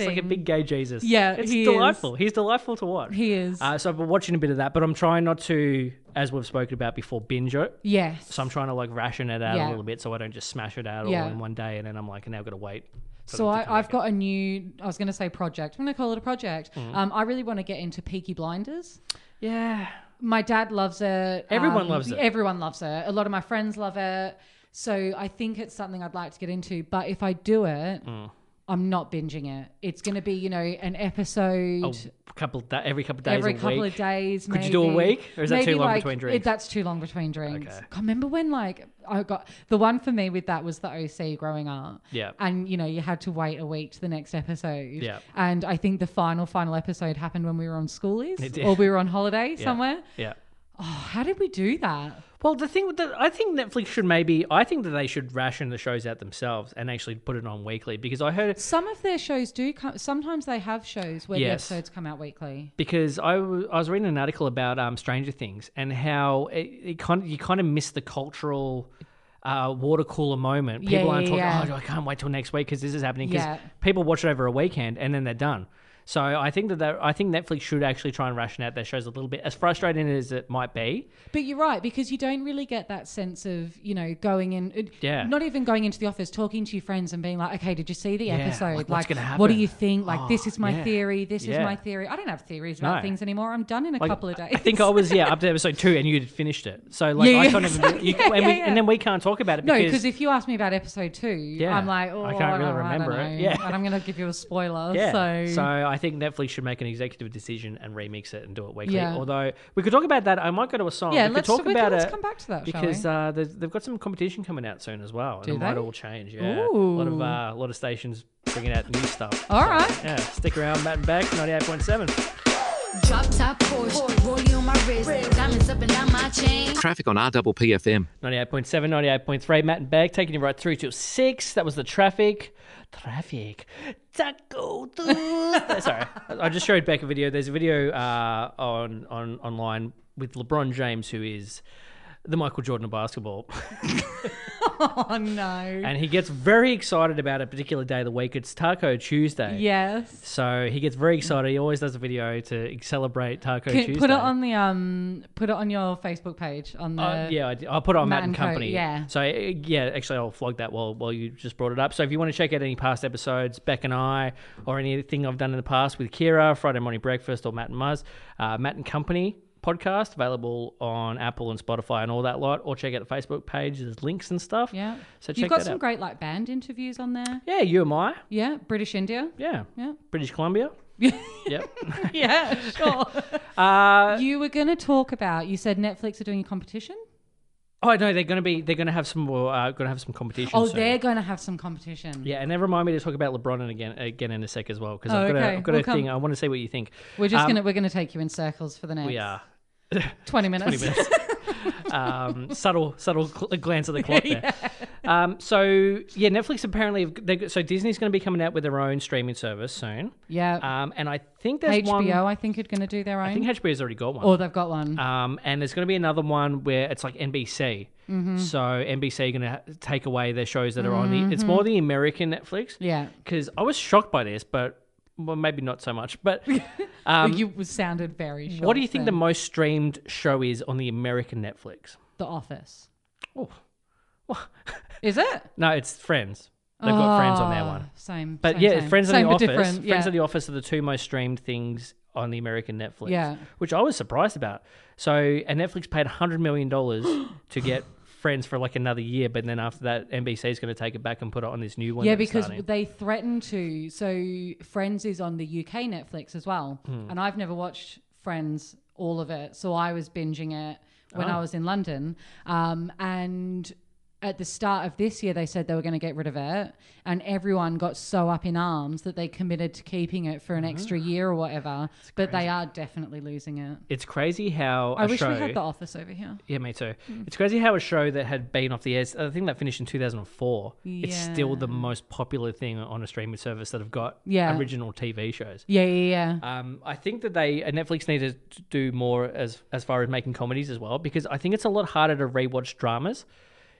<laughs> He's like a big gay Jesus.
Yeah,
it's
he is.
delightful. He's delightful to watch.
He is.
Uh, so I've been watching a bit of that, but I'm trying not to, as we've spoken about before, binge it.
yes.
So I'm trying to like ration it out a
Yeah.
little bit, so I don't just smash it out
Yeah.
all in one day, and then I'm like, now I've got to wait. for
So
them to come
I, I've
back out.
got a new. I was going to say project. I'm going to call it a project.
Mm-hmm.
Um, I really want to get into Peaky Blinders.
yeah.
My dad loves it.
Everyone
um,
loves it.
Everyone loves it. A lot of my friends love it. So I think it's something I'd like to get into. But if I do it,
Mm.
I'm not binging it. It's going to be you know an episode.
A couple da- every couple of days.
Every
a
couple
week.
of days,
Could you do a
maybe.
week, or is that too
Maybe,
long
like,
between
it-
drinks?
that's too long between drinks.
Okay.
God, remember when like I got the one for me with that was the OC growing up.
Yeah.
And you know you had to wait a week to the next episode.
Yeah.
And I think the final final episode happened when we were on schoolies
It did.
or we were on holiday
Yeah.
somewhere.
Yeah.
Oh, how did we do that?
Well, the thing with that I think Netflix should maybe I think that they should ration the shows out themselves and actually put it on weekly because I heard
Some of their shows do come. Sometimes they have shows where the
Yes.
episodes come out weekly.
because I w- I was reading an article about um, Stranger Things and how it, it kind of, you kind of miss the cultural uh, water cooler moment. People
Yeah,
aren't
yeah,
talking,
yeah.
oh, I can't wait till next week because this is happening. Because
Yeah.
people watch it over a weekend and then they're done. So I think that they're- I think Netflix should actually try and ration out their shows a little bit, as frustrating as it might be.
But you're right because you don't really get that sense of you know going in, it-
Yeah.
not even going into the office, talking to your friends and being like, okay, did you see the episode?
like, what's gonna
what do
happen?
you think? Like, this
Oh,
is my
yeah.
theory. This is
Yeah.
my theory. I don't have theories about
No.
things anymore. I'm done in a
Like,
couple of
I-
days.
I think I was yeah up to episode two, and you had finished it. So like
Yeah,
I
yeah,
can't even
exactly.
you,
Yeah,
and,
yeah,
we,
yeah.
and then we can't talk about it
<laughs> No,
because
because if you ask me about episode two,
Yeah.
I'm like,
I can't
oh,
really
don't- I don't
remember it.
know.
Yeah.
and I'm gonna give you a spoiler.
Yeah.
So,
So. I think Netflix should make an executive decision and remix it and do it weekly.
Yeah.
Although we could talk about that. I might go to a song.
Yeah,
we could
let's-
talk
we can-
about
let's
it
come back to that, shall
because
we?
uh, there's- they've got some competition coming out soon as well, and
Do
it might
they?
all change. Yeah, a lot of
Ooh.
uh, a lot of stations bringing out new stuff.
All
So,
right.
Yeah, stick around, Matt and Back, ninety-eight point seven.
Drop top Porsche, rollie on my wrist, diamonds up and down my chain.
Traffic on RPPFM.
98.7, 98.3, Matt and Beck taking you right through till 6. That was the traffic. Traffic. Taco Tuesday. <laughs> Sorry. I just showed Beck a video. There's a video uh, on, on online with LeBron James, who is the Michael Jordan of
<laughs>
basketball.
<laughs> oh no,
and he gets very excited about a particular day of the week. It's Taco Tuesday.
yes.
So he gets very excited. He always does a video to celebrate Taco
Can-
Tuesday.
put it on the um, put it on your Facebook page on the
Uh, yeah, I did. I'll put it on Matt
Matt
and
and Co,
Company.
yeah.
So uh, yeah, actually, I'll flog that while while you just brought it up. So if you want to check out any past episodes, Beck and I, or anything I've done in the past with Kira, Friday Morning Breakfast, or Matt and Muzz, uh, Matt and Company podcast available on Apple and Spotify and all that lot, or check out the Facebook page. There's links and stuff.
Yeah.
So check
You've got
that
some
out.
great like band interviews on there.
yeah, you and I.
Yeah, British India.
Yeah.
Yeah.
British
<laughs>
Columbia. yep. <laughs>
yeah, sure.
Uh,
you were going to talk about. You said Netflix are doing a competition.
oh no, they're gonna be they're gonna have some more uh, gonna have some competition.
Oh,
soon.
they're going to have some competition.
Yeah, and then remind me to talk about LeBron again again in a sec as well because
Oh,
I've got, a,
okay.
I've got
We'll
a thing.
come.
I want to see what you
<laughs>
think.
we're just
Um,
gonna we're gonna take you in circles for the next
We are
twenty minutes.
20
<laughs>
minutes. um, subtle subtle cl- glance at the clock there. Um, so yeah, Netflix apparently have, they got- so Disney's going to be coming out with their own streaming service soon.
yeah,
Um, and I think there's
HBO
one.
I think are going to do their own,
I think HBO's already got one.
or they've got one.
Um, and there's going to be another one where it's like NBC.
Mm-hmm.
So NBC are going to take away their shows that are on the. It's more the American Netflix.
Yeah.
Because I was shocked by this, but well, maybe not so much. But
<laughs>
um,
you sounded very sure.
what do you think the
then.
most streamed show is on the American Netflix?
The Office
Oh,
is it?
no, it's Friends. They've got Friends on their
Oh,
one.
Same,
But
same,
yeah,
same.
Friends on
Same
the
but
Office.
different,
Friends
yeah.
on the Office are the two most streamed things on the American Netflix.
Yeah.
Which I was surprised about. So and Netflix paid hundred million dollars
<gasps>
to get Friends for like another year, but then after that NBC is going to take it back and put it on this new one.
Yeah,
that's
because
starting.
they threatened to. So Friends is on the UK Netflix as well, and I've never watched Friends all of it, so I was binging it when I was in London, um, and. At the start of this year, they said they were going to get rid of it, and everyone got so up in arms that they committed to keeping it for an extra year or whatever. But they are definitely losing it.
it's crazy how
I
a
wish
show.
we had the office over here.
Yeah, me too.
Mm.
It's crazy how a show that had been off the air, I think that finished in 2004, it's still the most popular thing on a streaming service that have got
Yeah.
original TV shows.
Yeah, yeah, yeah.
Um, I think that they uh, Netflix need to do more as as far as making comedies as well because I think it's a lot harder to rewatch dramas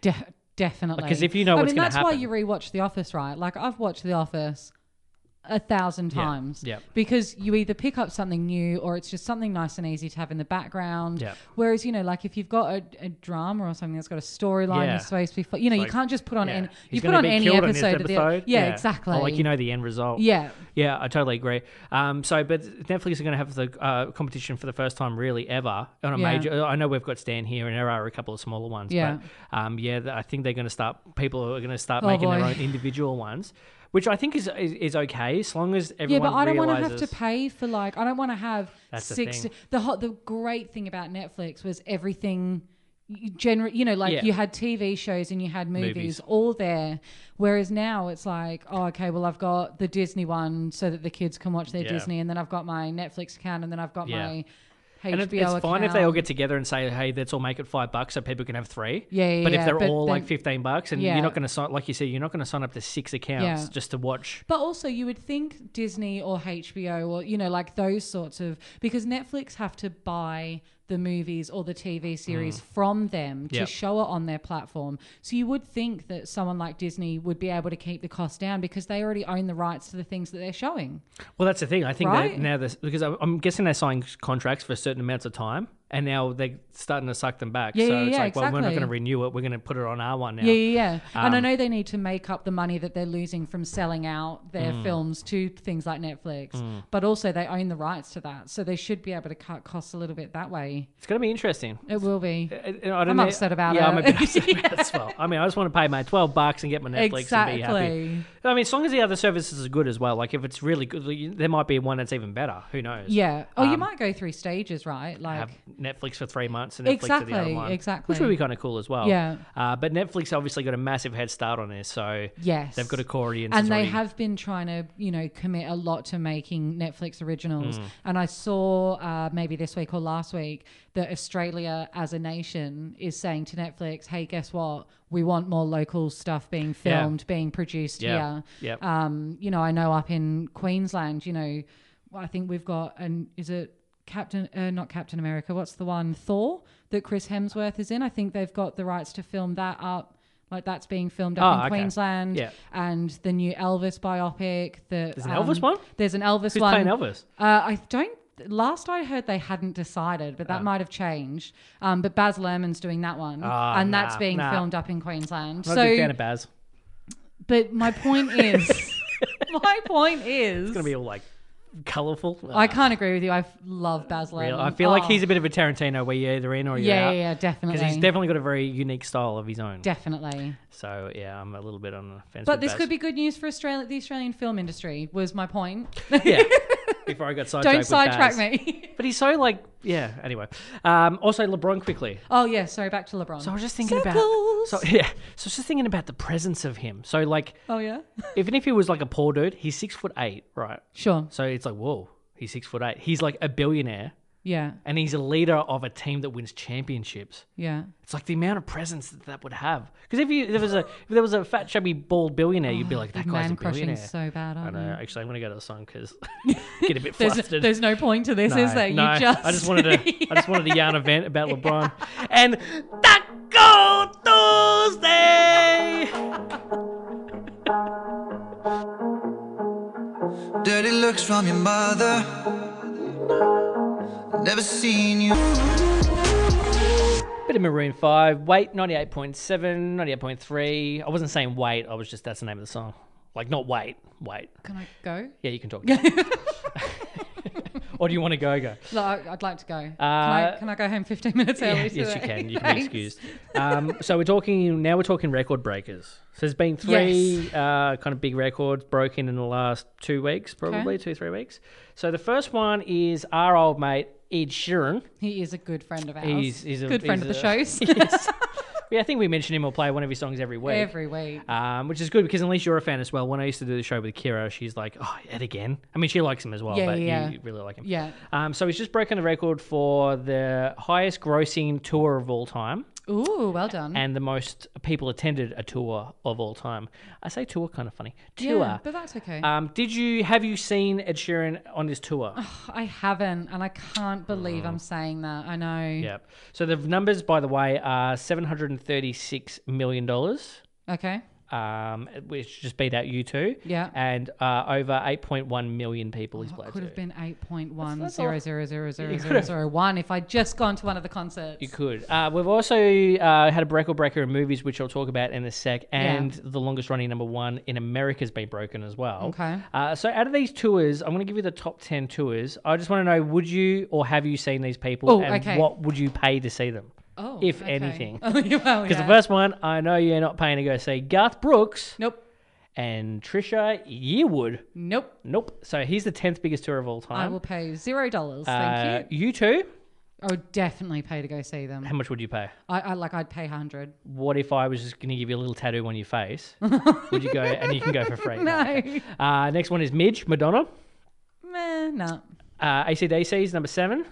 De- definitely.
'cause if you know
I
what's
mean,
gonna
that's why
happen.
you rewatch The Office, right? Like I've watched The Office a thousand times
yeah.
because you either pick up something new or it's just something nice and easy to have in the background.
Yeah.
Whereas you know, like if you've got a, a drama or something that's got a storyline
Yeah.
that's supposed to be, fo- you know, you
like,
can't just put on
yeah.
any
He's
you put
gonna
on
be
any
killed
episode,
on this
of the
episode.
yeah, exactly.
Or like you know the end result.
yeah.
Yeah, I totally agree. Um, so, but Netflix is going to have the uh, competition for the first time, really, ever on a
Yeah.
major. I know we've got Stan here, and there are a couple of smaller ones.
Yeah.
But, um, yeah, th- I think they're going to start. People are going to start
Oh,
making their
boy.
own individual ones, which I think is is, is okay, as long as
Yeah,
everyone.
but I don't want to have to
realizes-
pay for like I don't want to have
That's the
six.
thing.
The hot, the great thing about Netflix was everything. You gener- you know, like
Yeah.
you had TV shows and you had movies,
Movies.
all there. Whereas now it's like, oh, okay, well, I've got the Disney one so that the kids can watch their
Yeah.
Disney, and then I've got my Netflix account, and then I've got
Yeah.
my HBO
And it- it's
account.
fine if they all get together and say, "Hey, let's all make it five bucks so people can have three.
Yeah, yeah,
But
yeah,
if they're
but
all like
then-
fifteen bucks, and
Yeah.
you're not going to sign, like you said, you're not going to sign up to six accounts
Yeah.
just to watch.
But also, you would think Disney or HBO or, you know, like those sorts of. Because Netflix have to buy the movies or the TV series from them to
Mm. Yep.
show it on their platform. So you would think that someone like Disney would be able to keep the cost down because they already own the rights to the things that they're showing.
Well, that's the thing. I think
Right?
that now this because I- I'm guessing they signed contracts for certain amounts of time, and now they're starting to suck them back.
Yeah,
so
yeah,
it's
yeah,
like, well, we're not
exactly.
going to renew it. We're going to put it on our one now.
Yeah, yeah, yeah. and I
Um,
know they need to make up the money that they're losing from selling out their
Mm.
films to things like Netflix, but also they own the rights to that. So they should be able to cut costs a little bit that way.
It's going to be interesting.
It will be.
I- I don't
I'm
know-
upset about
yeah, I'm a
it.
bit
<laughs>
upset about it as well. I mean, I just want to pay my twelve bucks and get my Netflix and be happy.
Exactly.
I mean, as long as the other services are good as well. Like if it's really good, like, you- there might be one that's even better. Who knows?
Yeah. Oh, you might go through stages, right? Like,
Um, have Netflix for three months and Netflix for the other
Exactly,
one. Which
exactly.
would be kind of cool as well.
Yeah.
Uh, but Netflix obviously got a massive head start on this, so
yes,
they've got a core audience.
and
that's
they
already-
have been trying to, you know, commit a lot to making Netflix
Mm.
originals. And I saw uh, maybe this week or last week that Australia, as a nation, is saying to Netflix, "Hey, guess what? We want more local stuff being
Yeah.
filmed, being produced
Yeah.
here."
Yep.
Um, you know, I know up in Queensland, you know, I think we've got an is it Captain uh, not Captain America, what's the one Thor that Chris Hemsworth is in? I think they've got the rights to film that up. Like that's being filmed up
Oh,
in
okay.
Queensland,
Yeah.
and the new Elvis biopic. That um,
There's an Elvis one?
There's an Elvis
Who's
one.
playing Elvis?
Uh, I don't. Last I heard, they hadn't decided,
Oh.
but that might have changed. Um, but Baz Luhrmann's doing that one,
Ah,
and that's
nah,
being
nah.
filmed up in Queensland.
Not
so,
a big fan of Baz. It's
but
<laughs>
my point is, my point is,
gonna be all like colourful.
I can't agree with you. I f- love Baz Luhrmann.
I feel like
Oh.
he's a bit of a Tarantino, where you're either in or you're
yeah,
out.
yeah, yeah, definitely.
Because he's definitely got a very unique style of his own.
definitely.
so yeah, I'm a little bit on the fence.
But
with
this
Baz.
could be good news for Australia, the Australian film industry. Was my point.
<laughs>
<laughs>
yeah. Before I got sidetracked.
Don't
with
sidetrack
Baz.
me.
But he's so like yeah. Anyway, um, also LeBron quickly.
oh yeah, sorry. Back to LeBron.
So I was just thinking
Circles.
about so <laughs> yeah. So I was just thinking about the presence of him. So like <laughs>
oh yeah.
even if he was like a poor dude, he's six foot eight, right?
Sure.
So it's like whoa, he's six foot eight. He's like a billionaire,
Yeah.
and he's a leader of a team that wins championships.
Yeah.
It's like the amount of presence that that would have. Because if you if there was a if there was a fat chubby bald billionaire, you'd be like that guy's a
Oh, Man crushing
billionaire.
so bad.
I
Aren't
know.
you?
Actually, I'm gonna go to the song
<laughs>
because get a bit
There's,
flustered.
<laughs> there's no point to this,
No,
is there?
no,
you just.
I just wanted
<laughs>
to. I just wanted to yarn a vent about LeBron and Taco Tuesday.
Dirty looks from your mother. Never seen you.
Bit of Maroon Five. Weight ninety eight point seven, ninety eight point three. I wasn't saying weight. I was just that's the name of the song. Like not weight, weight.
Can I go?
Yeah, you can talk. or do you want to go go?
Look, I- I'd like to go. can, I,
Uh,
can I go home 15 minutes early?
Yeah, yes, you
today? <laughs>
can. You can be
Thanks.
excused. Um, so we're talking now. We're talking record breakers. So there's been three uh, kind of big records broken in the last two weeks, probably two three weeks. So the first one is our old mate Ed Sheeran.
He is a good friend of ours.
He's- he's a-
good friend
he's
of the
a-
show's
Yeah, I think we mentioned him. We'll play one of his songs <laughs> every week.
every week.
Um, which is good because unless you're a fan as well, when I used to do the show with Kira, she's like, "Oh, Ed again." I mean, she likes him as well,
Yeah,
but
yeah,
you-
yeah.
you really like him.
Yeah.
Um, so he's just broken the record for the highest grossing tour of all time.
Ooh, well done.
and the most people attended a tour of all time. I say tour kind of funny. Tour.
yeah, but that's okay.
um, did you have you seen Ed Sheeran on his tour?
I haven't, and I can't believe
Mm.
I'm saying that. I know.
yep. So the numbers, by the way, are seven hundred and thirty-six million dollars,
Okay.
um, which just beat out you two.
Yeah. Oh,
And uh, over eight point one million people he's played
Could
to.
have been eight point one zero zero zero zero zero zero one if I'd just gone to one of the concerts.
You could. Uh, we've also uh, had a record breaker in movies, which I'll talk about in a sec, and the longest running number one in America's been broken as well.
Okay.
Uh, so out of these tours, I'm going to give you the top ten tours. I just want to know: would you or have you seen these people,
Oh,
and
okay.
what would you pay to see them?
Oh,
if
okay.
anything.
<laughs> Oh, yeah, well,
Because
yeah.
the first one, I know you're not paying to go see Garth Brooks
Nope.
and Trisha Yearwood.
Nope.
Nope. So he's the tenth biggest tour of all
I
time.
will pay zero dollars. Thank
Uh,
you.
you two,
I would definitely pay to go see them.
how much would you pay?
I, I like. I'd
<laughs>
pay hundred.
what if I was just going to give you a little tattoo on your
<laughs>
face? Would you go and you can go for free?
No.
Uh, next one is Midge, Madonna.
<laughs> Meh. No.
Uh, ACDC is number seven.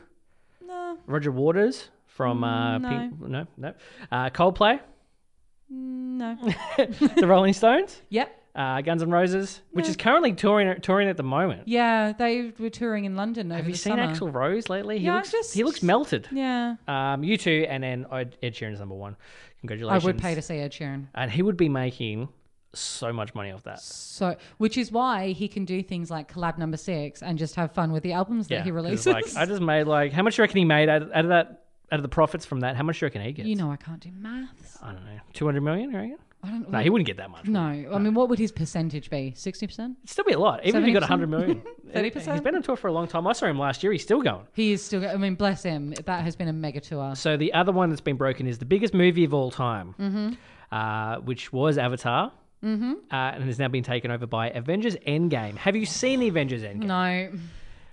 No. Roger Waters from uh,
Mm, no.
Pink. No, no. Uh, Coldplay, <laughs>
No.
The Rolling
<laughs>
Stones,
yep.
uh, Guns N' Roses, which is currently touring touring at the moment.
Yeah, they were touring in London over
Have you
the
seen
summer.
Axel Rose lately? He
Yeah, I
looks
just-
he looks melted.
Yeah.
Um, you two, and then Ed Ed Sheeran's number one.
I
Congratulations.
would pay to see Ed Sheeran.
And he would be making so much money off that.
So, which is why he can do things like collab number six and just have fun with the albums that he
'cause
releases.
Like, I just made like how much do you reckon he made out, out of that out of the profits from that? How much do you reckon he gets?
you know, I can't do maths.
I don't know, two hundred million. You reckon?
I don't
No, he wouldn't get that much.
No, I mean, what would his percentage be? Sixty percent.
It'd still be a lot. Even if he got
70%?
hundred
<laughs>
million,
30%?
He's been on tour for a long time. I saw him last year. He's still going.
He is still. I mean, bless him. That has been a mega tour.
So the other one that's been broken is the biggest movie of all time,
Mm-hmm.
uh, which was Avatar. Mm-hmm. Uh, and has now been taken over by Avengers Endgame. Have you seen the Avengers Endgame?
No,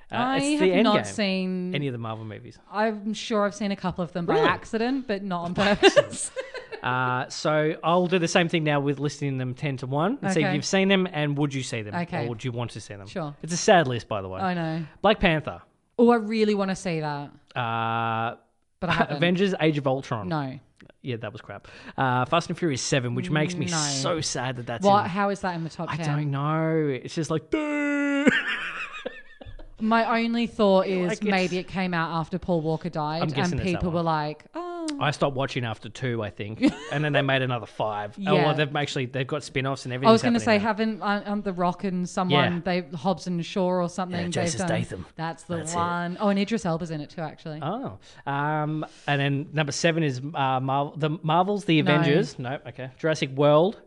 Uh,
I
it's
have
the
not
Endgame.
seen.
any of the Marvel movies.
I'm sure I've seen a couple of them by
Really?
accident, but
<laughs>
not on purpose.
Uh, so I'll do the same thing now with listing them 10 to 1 and see if
Okay.
you've seen them and would you see them
Okay.
or would you want to see them.
Sure.
It's a sad list, by the way.
I know.
Black Panther,
Oh, I really want to see that,
uh,
but I haven't.
Avengers Age of Ultron.
no.
Yeah, that was crap. Uh, Fast and Furious 7, which makes me
No.
so sad that that's
What?
in.
How is that in the top
I
ten?
don't know. It's just like, "Boo."
My only thought is
Like, it's-
maybe it came out after Paul Walker died,
guessing
and
it's that
people
one.
were like, "Oh,
I stopped watching after two, I
<laughs>
think. and then they made another five. Oh,
Yeah.
well, they've actually, they've got spin offs and everything.
I was going to say, haven't uh, um, The Rock and someone
Yeah.
they Hobbs and Shaw or something?
Yeah,
they've
Jason
done-
Statham.
That's the
That's it.
one. Oh, and Idris Elba's in it too, actually.
Oh, um, and then number seven is uh, Marvel, the Marvels, the
No.
Avengers. No, okay, Jurassic World.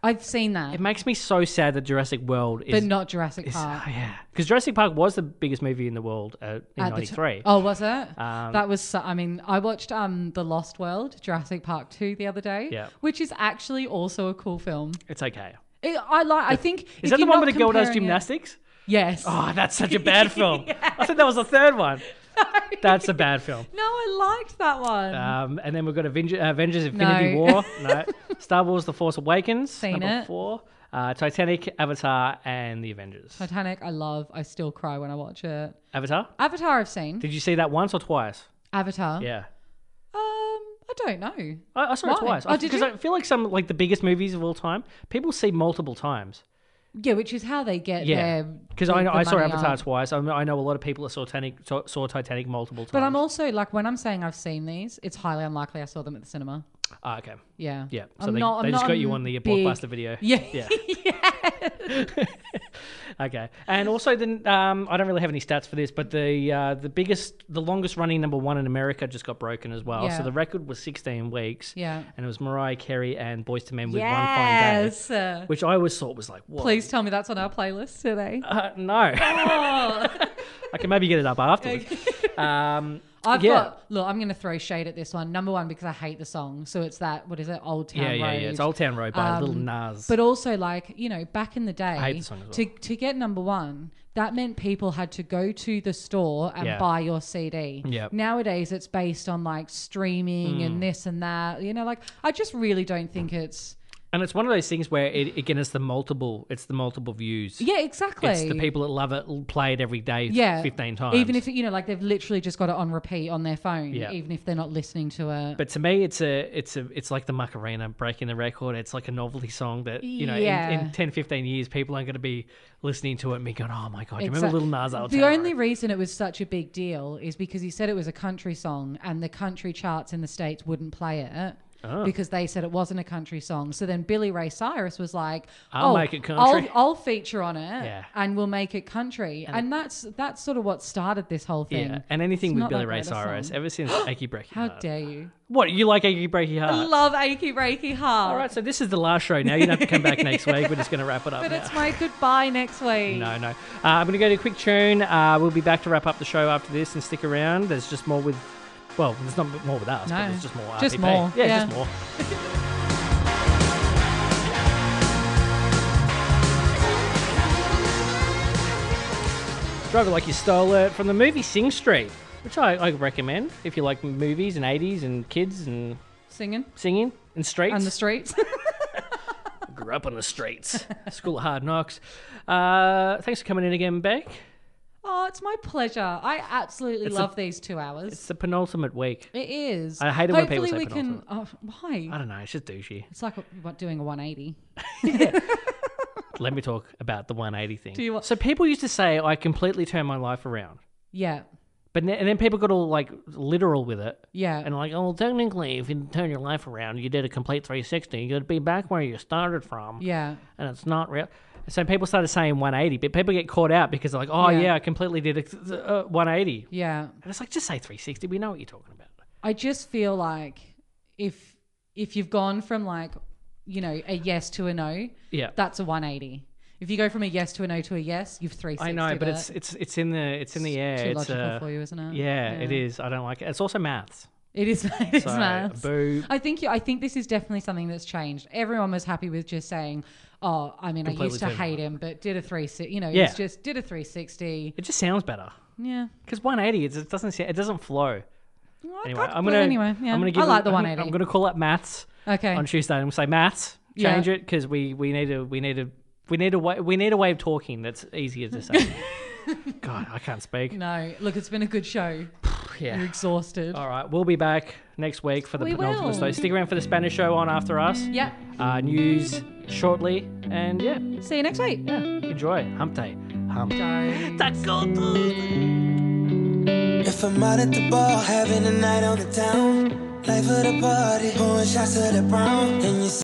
I've seen that,
It makes me so sad that Jurassic World is
but not Jurassic
is-
Park.
oh, yeah, because Jurassic Park was the biggest movie in the world uh, in
At the t-
'93.
oh, was it?
Um,
that was. So, I mean, I watched um the Lost World, Jurassic Park two the other day,
Yeah.
which is actually also a cool film.
It's okay.
It, I like. I think
Is
if
that the
you're
one
not
with the girl does
comparing it- <laughs>
gymnastics?
Yes.
Oh, that's such a bad
<laughs>
film. I think that was the third one. That's a bad film.
No, I liked that one.
Um, and then we've got Avenger, Avengers Infinity
No. <laughs>
War. No. Star Wars The Force Awakens.
Seen
number
it.
four. Uh, Titanic, Avatar, and The Avengers.
Titanic, I love. I still cry when I watch it.
Avatar?
Avatar, I've seen.
Did you see that once or twice?
Avatar.
Yeah.
Um, I don't know.
I, I saw it
Why?
twice.
Oh, did
Because
you?
I feel like some like the biggest movies of all time, people see multiple times.
Yeah, which is how they get
Yeah.
their.
Because
the-
I know
the
I saw
money
Avatar
up.
twice. I know, I know a lot of people that saw Titanic saw, saw Titanic multiple times.
But I'm also like when I'm saying I've seen these, it's highly unlikely I saw them at the cinema.
Ah, okay.
Yeah.
Yeah. So
I'm
they,
not-
they
I'm
just
not
got you
a
on the
big-
blockbuster video.
<laughs> Yeah.
<laughs> Yeah. Okay. And also, then um, I don't really have any stats for this, but the uh, the biggest, the longest running number one in America just got broken as well.
Yeah.
So the record was 16 weeks.
Yeah.
And it was Mariah Carey and Boys to Men with
Yes. uh,
One Fine Day, which I always thought was like, Whoa.
Please tell me that's on our playlist
<laughs>
today.
Uh, no.
Oh.
<laughs> I can maybe get it up afterwards.
<laughs>
um,
I've
yeah.
got look. I'm going to throw shade at this one. Number one because I hate the song. So it's that what is it? Old Town
yeah, yeah,
Road.
yeah. It's Old Town Road by Little
Um,
Nas.
But also, like you know, back in the day,
hate the song as well.
to to get number one, that meant people had to go to the store and
Yeah.
buy your CD.
Yep. Mm.
Nowadays, it's based on like streaming and this and that. You know, like I just really don't think it's
And it's one of those things where it, again, it's the multiple, it's the multiple views.
Yeah, exactly.
It's the people that love it l- play it every day,
yeah,
fifteen times.
Even if you know, like they've literally just got it on repeat on their phone,
Yeah.
even if they're not listening to it.
but to me, it's a, it's a, it's like the Macarena breaking the record. It's like a novelty song that you know,
Yeah.
in, in 10, 15 years, people aren't going to be listening to it and be going, "Oh my god, you remember
Exact-
Little Nas Al
The
Tower?"
only reason it was such a big deal is because he said it was a country song, and the country charts in the states wouldn't play it.
Oh.
Because they said it wasn't a country song, so then Billy Ray Cyrus was like,
I'll
"Oh,
make it country."
I'll, I'll feature on it, and we'll make it country." And, that's that's sort of what started this whole thing.
yeah, and anything
It's
with
not
Billy
that
Ray
great a
Cyrus Uh,
song.
ever
<gasps>
since Achy Breaky
How
Heart.
dare you?
What you like Achy Breaky
I
Heart?
love achy breaky heart.
uh, All right, so this is the last show. Now you don't have to come back next week. We're just going to wrap it up.
<laughs> but
now.
it's my goodbye next week.
No, no. Uh, I'm going to go to a quick tune. Uh, we'll be back to wrap up the show after this and stick around. There's just more with, well, there's not more with us, but
No.
there's just more.
Just
RPP.
more,
Yeah,
yeah.
just more. Drive It Like You Stole It from the movie Sing Street, which I, I recommend if you like movies and 80s and kids and
Singing
singing and streets.
on the streets. <laughs>
Grew up on the streets. <laughs> School of Hard Knocks. Uh, thanks for coming in again, Beck.
oh, it's my pleasure. I absolutely
It's a-
love these two hours.
It's the penultimate week.
It is.
I hate it when people
Hopefully
say
we can. Oh, why?
I don't know. It's just douchey.
It's like what, doing a 180.
Let me talk about the 180 thing.
you want-
so people used to say I completely turned my life around,
Yeah.
but ne- and then people got all like literal with it.
Yeah.
And like, oh, technically, if you turn your life around, you did a complete 360. You'd be back where you started from,
yeah.
and it's not real. So people started saying 180, but people get caught out because they're like, oh yeah,
Yeah.
I completely did a th- th- uh, 180,
Yeah.
and it's like just say 360. We know what you're talking about.
I just feel like if if you've gone from like, you know, a yes to a no,
Yeah.
that's a 180. If you go from a yes to a no to a yes, you've 360.
I know, but
it.
it's it's it's in the it's in the air.
too
it's
logical
uh,
for you, isn't it?
Yeah,
Yeah.
it is. I don't like it. It's also maths.
It is. <laughs> It is
So,
maths.
boo.
I think you, I think this is definitely something that's changed. Everyone was happy with just saying, "Oh, I mean, I
Completely
used to
different.
hate him, but did a three sixty. You know,
Yeah.
it's just did a three sixty.
It just sounds better
Yeah.
because 180 it's- it doesn't sound- it doesn't flow.
Well,
Anyway,
God,
I'm
well,
gonna
anyway. Yeah.
I'm gonna give
I like
<laughs>
the
I'm
one
gonna-
eighty.
I'm gonna call up maths
okay.
on Tuesday and we'll say maths
Yeah.
change it 'cause it because we we need to we need to we need a way we need a way of talking that's easier to
<laughs>
say. God, I can't speak.
no, look, it's been a good show. You're
Yeah.
exhausted.
All right, we'll be back next week for the
We
penultimate
will.
show. Stick around for the Spanish show on after us.
Yeah.
Uh, news shortly, and yeah,
See you next week.
yeah, enjoy hump day. Hump.
Don't.
If I'm out at the bar, having a night on the town, life of the party, pouring shots of the brown, and you